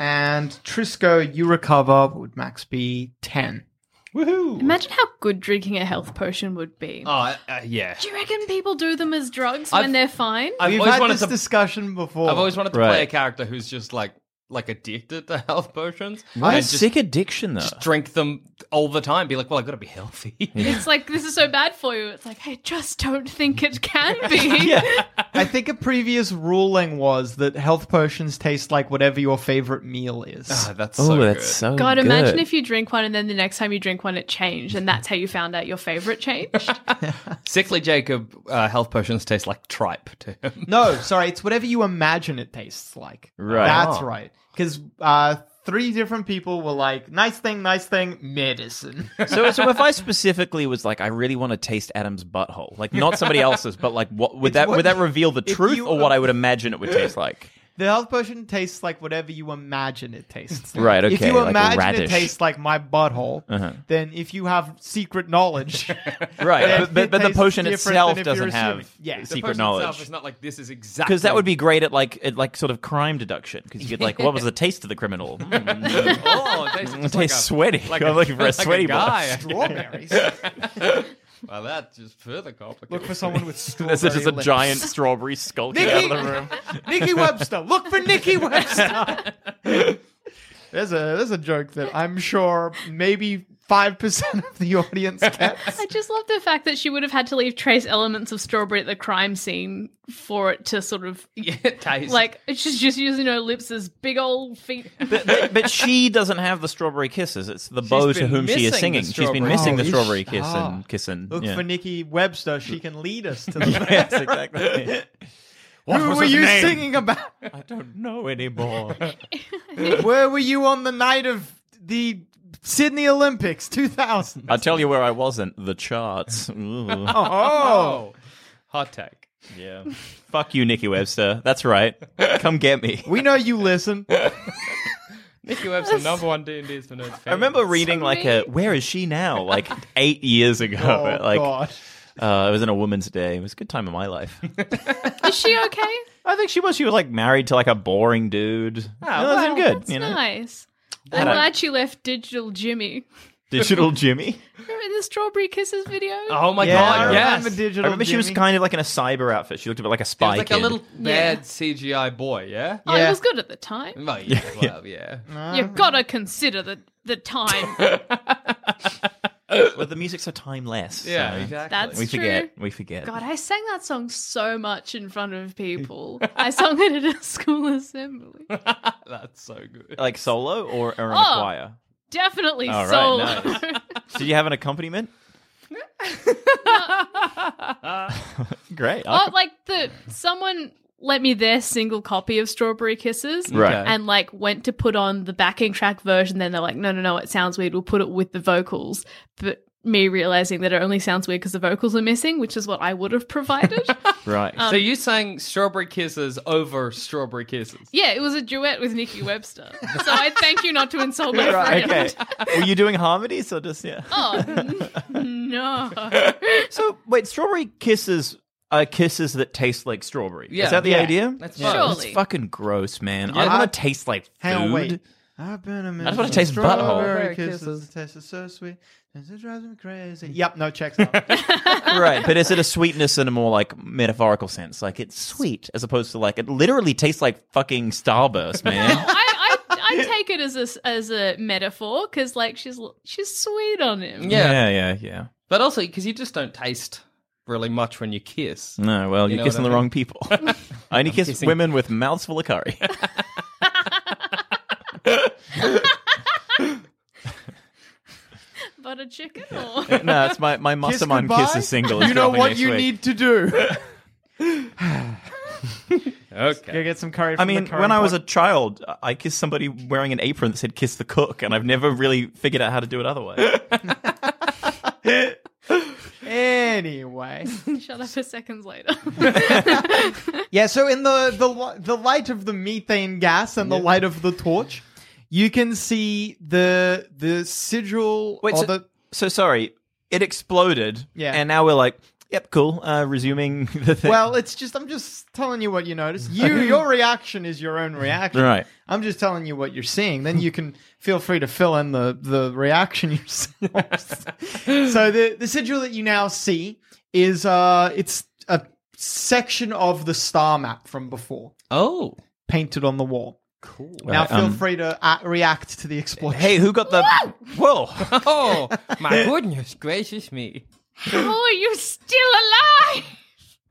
[SPEAKER 5] And Trisco, you recover, what would max be? 10.
[SPEAKER 6] Woohoo!
[SPEAKER 3] Imagine how good drinking a health potion would be.
[SPEAKER 6] Oh, uh, uh, yeah.
[SPEAKER 3] Do you reckon people do them as drugs
[SPEAKER 6] I've-
[SPEAKER 3] when they're fine?
[SPEAKER 6] I've
[SPEAKER 5] We've
[SPEAKER 6] always
[SPEAKER 5] had
[SPEAKER 6] wanted
[SPEAKER 5] this
[SPEAKER 6] to-
[SPEAKER 5] discussion before.
[SPEAKER 6] I've always wanted to play
[SPEAKER 4] Right.
[SPEAKER 6] a character who's just like like addicted to health potions.
[SPEAKER 4] What
[SPEAKER 6] and
[SPEAKER 4] a
[SPEAKER 6] just
[SPEAKER 4] sick addiction, though.
[SPEAKER 6] just drink them all the time. Be like, well, I got to be healthy.
[SPEAKER 3] It's like this is so bad for you. It's like I just don't think it can be.
[SPEAKER 5] I think a previous ruling was that health potions taste like whatever your favorite meal is.
[SPEAKER 6] Ah, that's
[SPEAKER 4] oh,
[SPEAKER 6] so
[SPEAKER 4] that's
[SPEAKER 6] good.
[SPEAKER 4] so
[SPEAKER 3] God,
[SPEAKER 4] good.
[SPEAKER 3] imagine if you drink one and then the next time you drink one it changed, and that's how you found out your favorite changed.
[SPEAKER 6] Sickly Jacob uh, health potions taste like tripe to him.
[SPEAKER 5] no, sorry, it's whatever you imagine it tastes like.
[SPEAKER 4] Right.
[SPEAKER 5] That's
[SPEAKER 4] Oh.
[SPEAKER 5] right. Because uh, three different people were like, nice thing, nice thing, medicine.
[SPEAKER 4] so, so if I specifically was like, I really want to taste Adam's butthole, like not somebody else's, but like, what would that
[SPEAKER 5] what-
[SPEAKER 4] would that reveal the
[SPEAKER 5] if
[SPEAKER 4] truth
[SPEAKER 5] you-
[SPEAKER 4] or what I would imagine it would taste like?
[SPEAKER 5] the health potion tastes like whatever you imagine it tastes like.
[SPEAKER 4] Right,
[SPEAKER 5] If
[SPEAKER 4] okay,
[SPEAKER 5] you
[SPEAKER 4] like a
[SPEAKER 5] imagine it
[SPEAKER 4] radish. Uh-huh.
[SPEAKER 5] tastes like my butthole, then if you have secret knowledge.
[SPEAKER 4] Right,
[SPEAKER 5] then
[SPEAKER 4] but, but,
[SPEAKER 5] it
[SPEAKER 4] but the
[SPEAKER 5] tastes
[SPEAKER 4] potion
[SPEAKER 5] different than
[SPEAKER 4] itself
[SPEAKER 5] if you're
[SPEAKER 4] doesn't
[SPEAKER 5] assuming.
[SPEAKER 4] have
[SPEAKER 5] Yeah.
[SPEAKER 6] The
[SPEAKER 4] secret
[SPEAKER 6] potion Itself
[SPEAKER 4] knowledge.
[SPEAKER 6] is not like this is exactly
[SPEAKER 4] Because that would be great at like at like sort of crime deduction. Because you get like, what was the taste of the criminal? Mm.
[SPEAKER 6] oh, it tastes,
[SPEAKER 4] It tastes
[SPEAKER 6] just like a-
[SPEAKER 4] sweaty. I'm looking for a
[SPEAKER 6] like
[SPEAKER 4] sweaty
[SPEAKER 6] guy.
[SPEAKER 5] Strawberries.
[SPEAKER 6] well, that's just further complicated.
[SPEAKER 5] Look for someone with strawberry
[SPEAKER 4] There's just a
[SPEAKER 5] lips.
[SPEAKER 4] giant strawberry skulking out
[SPEAKER 5] Nikki,
[SPEAKER 4] of the room.
[SPEAKER 5] Nikki Webster. Look for Nikki Webster. there's a there's a joke that I'm sure maybe five percent of the audience gets.
[SPEAKER 3] I just love the fact that she would have had to leave trace elements of strawberry at the crime scene for it to sort of
[SPEAKER 6] yeah, it tastes
[SPEAKER 3] like she's just using her lips as big old feet.
[SPEAKER 4] But, but, but she doesn't have the strawberry kisses. It's the beau to
[SPEAKER 6] been
[SPEAKER 4] whom she
[SPEAKER 6] missing
[SPEAKER 4] is
[SPEAKER 6] the
[SPEAKER 4] singing. She's been
[SPEAKER 6] strawberry
[SPEAKER 4] missing the
[SPEAKER 5] kiss.
[SPEAKER 4] strawberry kiss
[SPEAKER 5] Ah.
[SPEAKER 4] and kissing.
[SPEAKER 5] Look
[SPEAKER 4] yeah.
[SPEAKER 5] for Nikki Webster. She can lead us to the.
[SPEAKER 4] yes, exactly. What
[SPEAKER 5] Who
[SPEAKER 4] was
[SPEAKER 5] were
[SPEAKER 4] his
[SPEAKER 5] you
[SPEAKER 4] name?
[SPEAKER 5] singing about?
[SPEAKER 4] I don't know anymore.
[SPEAKER 5] Where were you on the night of the Sydney Olympics 2000?
[SPEAKER 4] I'll tell you where I wasn't. The charts. Ooh.
[SPEAKER 5] Oh,
[SPEAKER 6] hot take.
[SPEAKER 4] Yeah. Fuck you, Nikki Webster. That's right. Come get me.
[SPEAKER 5] we know you listen.
[SPEAKER 6] Nikki Webster, number one D and D is for nerds.
[SPEAKER 4] I remember reading like a "Where is she now?" like eight years ago.
[SPEAKER 5] Oh
[SPEAKER 4] but, like
[SPEAKER 5] God.
[SPEAKER 4] Uh, it was in a woman's day. It was a good time in my life.
[SPEAKER 3] Is she okay?
[SPEAKER 4] I think she was. She was like married to like a boring dude.
[SPEAKER 6] Ah,
[SPEAKER 4] it wasn't
[SPEAKER 6] well,
[SPEAKER 4] good.
[SPEAKER 3] That's
[SPEAKER 4] You know,
[SPEAKER 3] nice. I'm
[SPEAKER 4] don't-
[SPEAKER 3] glad she left Digital Jimmy.
[SPEAKER 4] digital Jimmy.
[SPEAKER 3] Remember the Strawberry Kisses video?
[SPEAKER 6] Oh my
[SPEAKER 5] Yeah, I
[SPEAKER 6] god! Yes,
[SPEAKER 5] remember
[SPEAKER 4] I
[SPEAKER 5] digital.
[SPEAKER 4] remember she was
[SPEAKER 5] Jimmy.
[SPEAKER 4] kind of like in a cyber outfit. She looked a bit like a
[SPEAKER 6] It
[SPEAKER 4] spy
[SPEAKER 6] was like
[SPEAKER 4] kid.
[SPEAKER 6] a little
[SPEAKER 3] Yeah.
[SPEAKER 6] bad CGI boy. Yeah.
[SPEAKER 3] Oh, it
[SPEAKER 5] yeah.
[SPEAKER 3] was good at the time. Ah.
[SPEAKER 6] Well, yeah. Well, yeah.
[SPEAKER 3] You've got to consider the, the time.
[SPEAKER 4] Well, the music's so timeless.
[SPEAKER 6] Yeah,
[SPEAKER 4] so
[SPEAKER 6] exactly.
[SPEAKER 3] That's
[SPEAKER 4] We
[SPEAKER 3] true.
[SPEAKER 4] forget. We forget.
[SPEAKER 3] God, I sang that song so much in front of people. I sung it at a school assembly.
[SPEAKER 6] That's so good.
[SPEAKER 4] Like solo or, or in a
[SPEAKER 3] Oh.
[SPEAKER 4] choir.
[SPEAKER 3] Definitely
[SPEAKER 4] All right,
[SPEAKER 3] solo.
[SPEAKER 4] Did you have an accompaniment? Great.
[SPEAKER 3] oh, like the someone lent me their single copy of Strawberry Kisses.
[SPEAKER 4] Right.
[SPEAKER 3] And like went to put on the backing track version, then they're like, no, no, no, it sounds weird. We'll put it with the vocals. But me realizing that it only sounds weird because the vocals are missing, which is what I would have provided.
[SPEAKER 4] right.
[SPEAKER 6] so you sang "Strawberry Kisses" over "Strawberry Kisses."
[SPEAKER 3] yeah, it was a duet with Nikki Webster. So I thank you not to insult my
[SPEAKER 4] right.
[SPEAKER 3] friend.
[SPEAKER 4] Okay. Were you doing harmonies or just yeah?
[SPEAKER 3] Oh, n- no.
[SPEAKER 4] So wait, strawberry kisses are kisses that taste like strawberry.
[SPEAKER 6] Yeah.
[SPEAKER 4] Is that the
[SPEAKER 6] Yeah.
[SPEAKER 4] idea?
[SPEAKER 6] That's
[SPEAKER 3] Yeah.
[SPEAKER 6] fun.
[SPEAKER 3] Surely.
[SPEAKER 4] It's fucking gross, man. I
[SPEAKER 6] Yeah.
[SPEAKER 4] want to taste like food.
[SPEAKER 5] Hang on, wait. I've been a man.
[SPEAKER 4] just wanna taste butthole.
[SPEAKER 5] Strawberry kisses tasted so sweet. and It drives me crazy. Yep, no checks out.
[SPEAKER 4] right, but is it a sweetness in a more like metaphorical sense? Like it's sweet as opposed to like it literally tastes like fucking Starburst, man.
[SPEAKER 3] I, I, I take it as a, s- as a metaphor because like she's l- she's sweet on him.
[SPEAKER 6] Yeah.
[SPEAKER 4] yeah, yeah, yeah.
[SPEAKER 6] But also because you just don't taste really much when you kiss.
[SPEAKER 4] No, well,
[SPEAKER 6] You
[SPEAKER 4] you're
[SPEAKER 6] know
[SPEAKER 4] kissing
[SPEAKER 6] what
[SPEAKER 4] the
[SPEAKER 6] I
[SPEAKER 4] wrong people. I only kiss
[SPEAKER 6] kissing-
[SPEAKER 4] women with mouths full of curry.
[SPEAKER 3] But a chicken or
[SPEAKER 4] no, that's my my mastermind
[SPEAKER 5] goodbye?
[SPEAKER 4] kisses single. is
[SPEAKER 5] you know
[SPEAKER 4] dropping
[SPEAKER 5] what
[SPEAKER 4] next
[SPEAKER 5] you
[SPEAKER 4] week.
[SPEAKER 5] need to do. Go
[SPEAKER 6] Okay.
[SPEAKER 5] get some curry. From
[SPEAKER 4] I mean,
[SPEAKER 5] the curry
[SPEAKER 4] when I was a
[SPEAKER 5] pot.
[SPEAKER 4] child, I- I kissed somebody wearing an apron that said "kiss the cook," and I've never really figured out how to do it otherwise.
[SPEAKER 5] anyway.
[SPEAKER 3] shut up a seconds later.
[SPEAKER 5] Yeah, so in the the li- the light of the methane gas and the light of the torch, you can see the the sigil
[SPEAKER 4] Wait,
[SPEAKER 5] or
[SPEAKER 4] so,
[SPEAKER 5] the
[SPEAKER 4] so sorry, it exploded,
[SPEAKER 5] Yeah.
[SPEAKER 4] and now we're like, Yep, cool. Uh, resuming the thing.
[SPEAKER 5] Well, it's just I'm just telling you what you notice. You your reaction is your own reaction.
[SPEAKER 4] Right.
[SPEAKER 5] I'm just telling you what you're seeing. Then you can feel free to fill in the the reaction yourself. so the the sigil that you now see is uh it's a section of the star map from before
[SPEAKER 2] Oh.
[SPEAKER 5] painted on the wall.
[SPEAKER 1] Cool.
[SPEAKER 5] now
[SPEAKER 4] Right,
[SPEAKER 5] feel
[SPEAKER 4] um,
[SPEAKER 5] free to uh, react to the explosion.
[SPEAKER 4] hey, who got the? Whoa!
[SPEAKER 2] Oh, my goodness gracious me.
[SPEAKER 3] How are you Oh, still alive?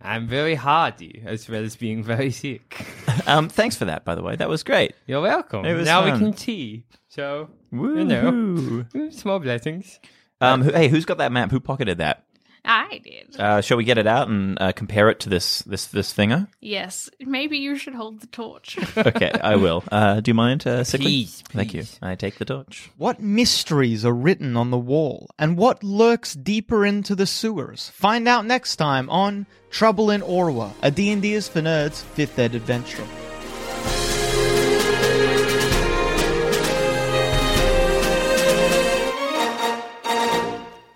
[SPEAKER 2] I'm very hardy, as well as being very sick.
[SPEAKER 4] Um, thanks for that, by the way. That was great.
[SPEAKER 2] You're welcome.
[SPEAKER 4] It was
[SPEAKER 2] now
[SPEAKER 4] fun.
[SPEAKER 2] we
[SPEAKER 5] um,
[SPEAKER 2] can tea. So, you know,
[SPEAKER 4] Woo-hoo.
[SPEAKER 2] small blessings.
[SPEAKER 4] Um, who, hey, who's got that map? Who pocketed that?
[SPEAKER 3] I did.
[SPEAKER 4] Uh, shall we get it out and uh, compare it to this this this thinger?
[SPEAKER 3] Yes. Maybe you should hold the torch.
[SPEAKER 4] Okay, I will. Uh, do you mind, uh, Sickly?
[SPEAKER 2] Please,
[SPEAKER 4] Thank you.
[SPEAKER 2] please.
[SPEAKER 4] I take the torch.
[SPEAKER 5] What mysteries are written on the wall, and what lurks deeper into the sewers? Find out next time on Trouble in Orwa, a D&D is for nerds fifth ed adventure.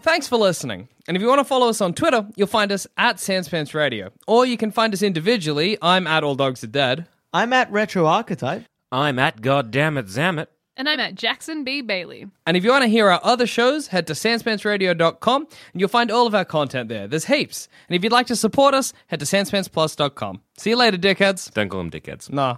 [SPEAKER 11] Thanks for listening. And if you want to follow us on Twitter, you'll find us at Sanspants Radio. Or you can find us individually. I'm at All Dogs Are Dead.
[SPEAKER 5] I'm at Retro Archetype.
[SPEAKER 1] I'm at goddammit Zammit.
[SPEAKER 3] and I'm at Jackson B. Bailey.
[SPEAKER 11] And if you want to hear our other shows, head to sanspantsradio.com and you'll find all of our content there. There's heaps. And if you'd like to support us, head to sanspantsplus.com. See you later, dickheads.
[SPEAKER 1] Don't call them dickheads.
[SPEAKER 11] Nah.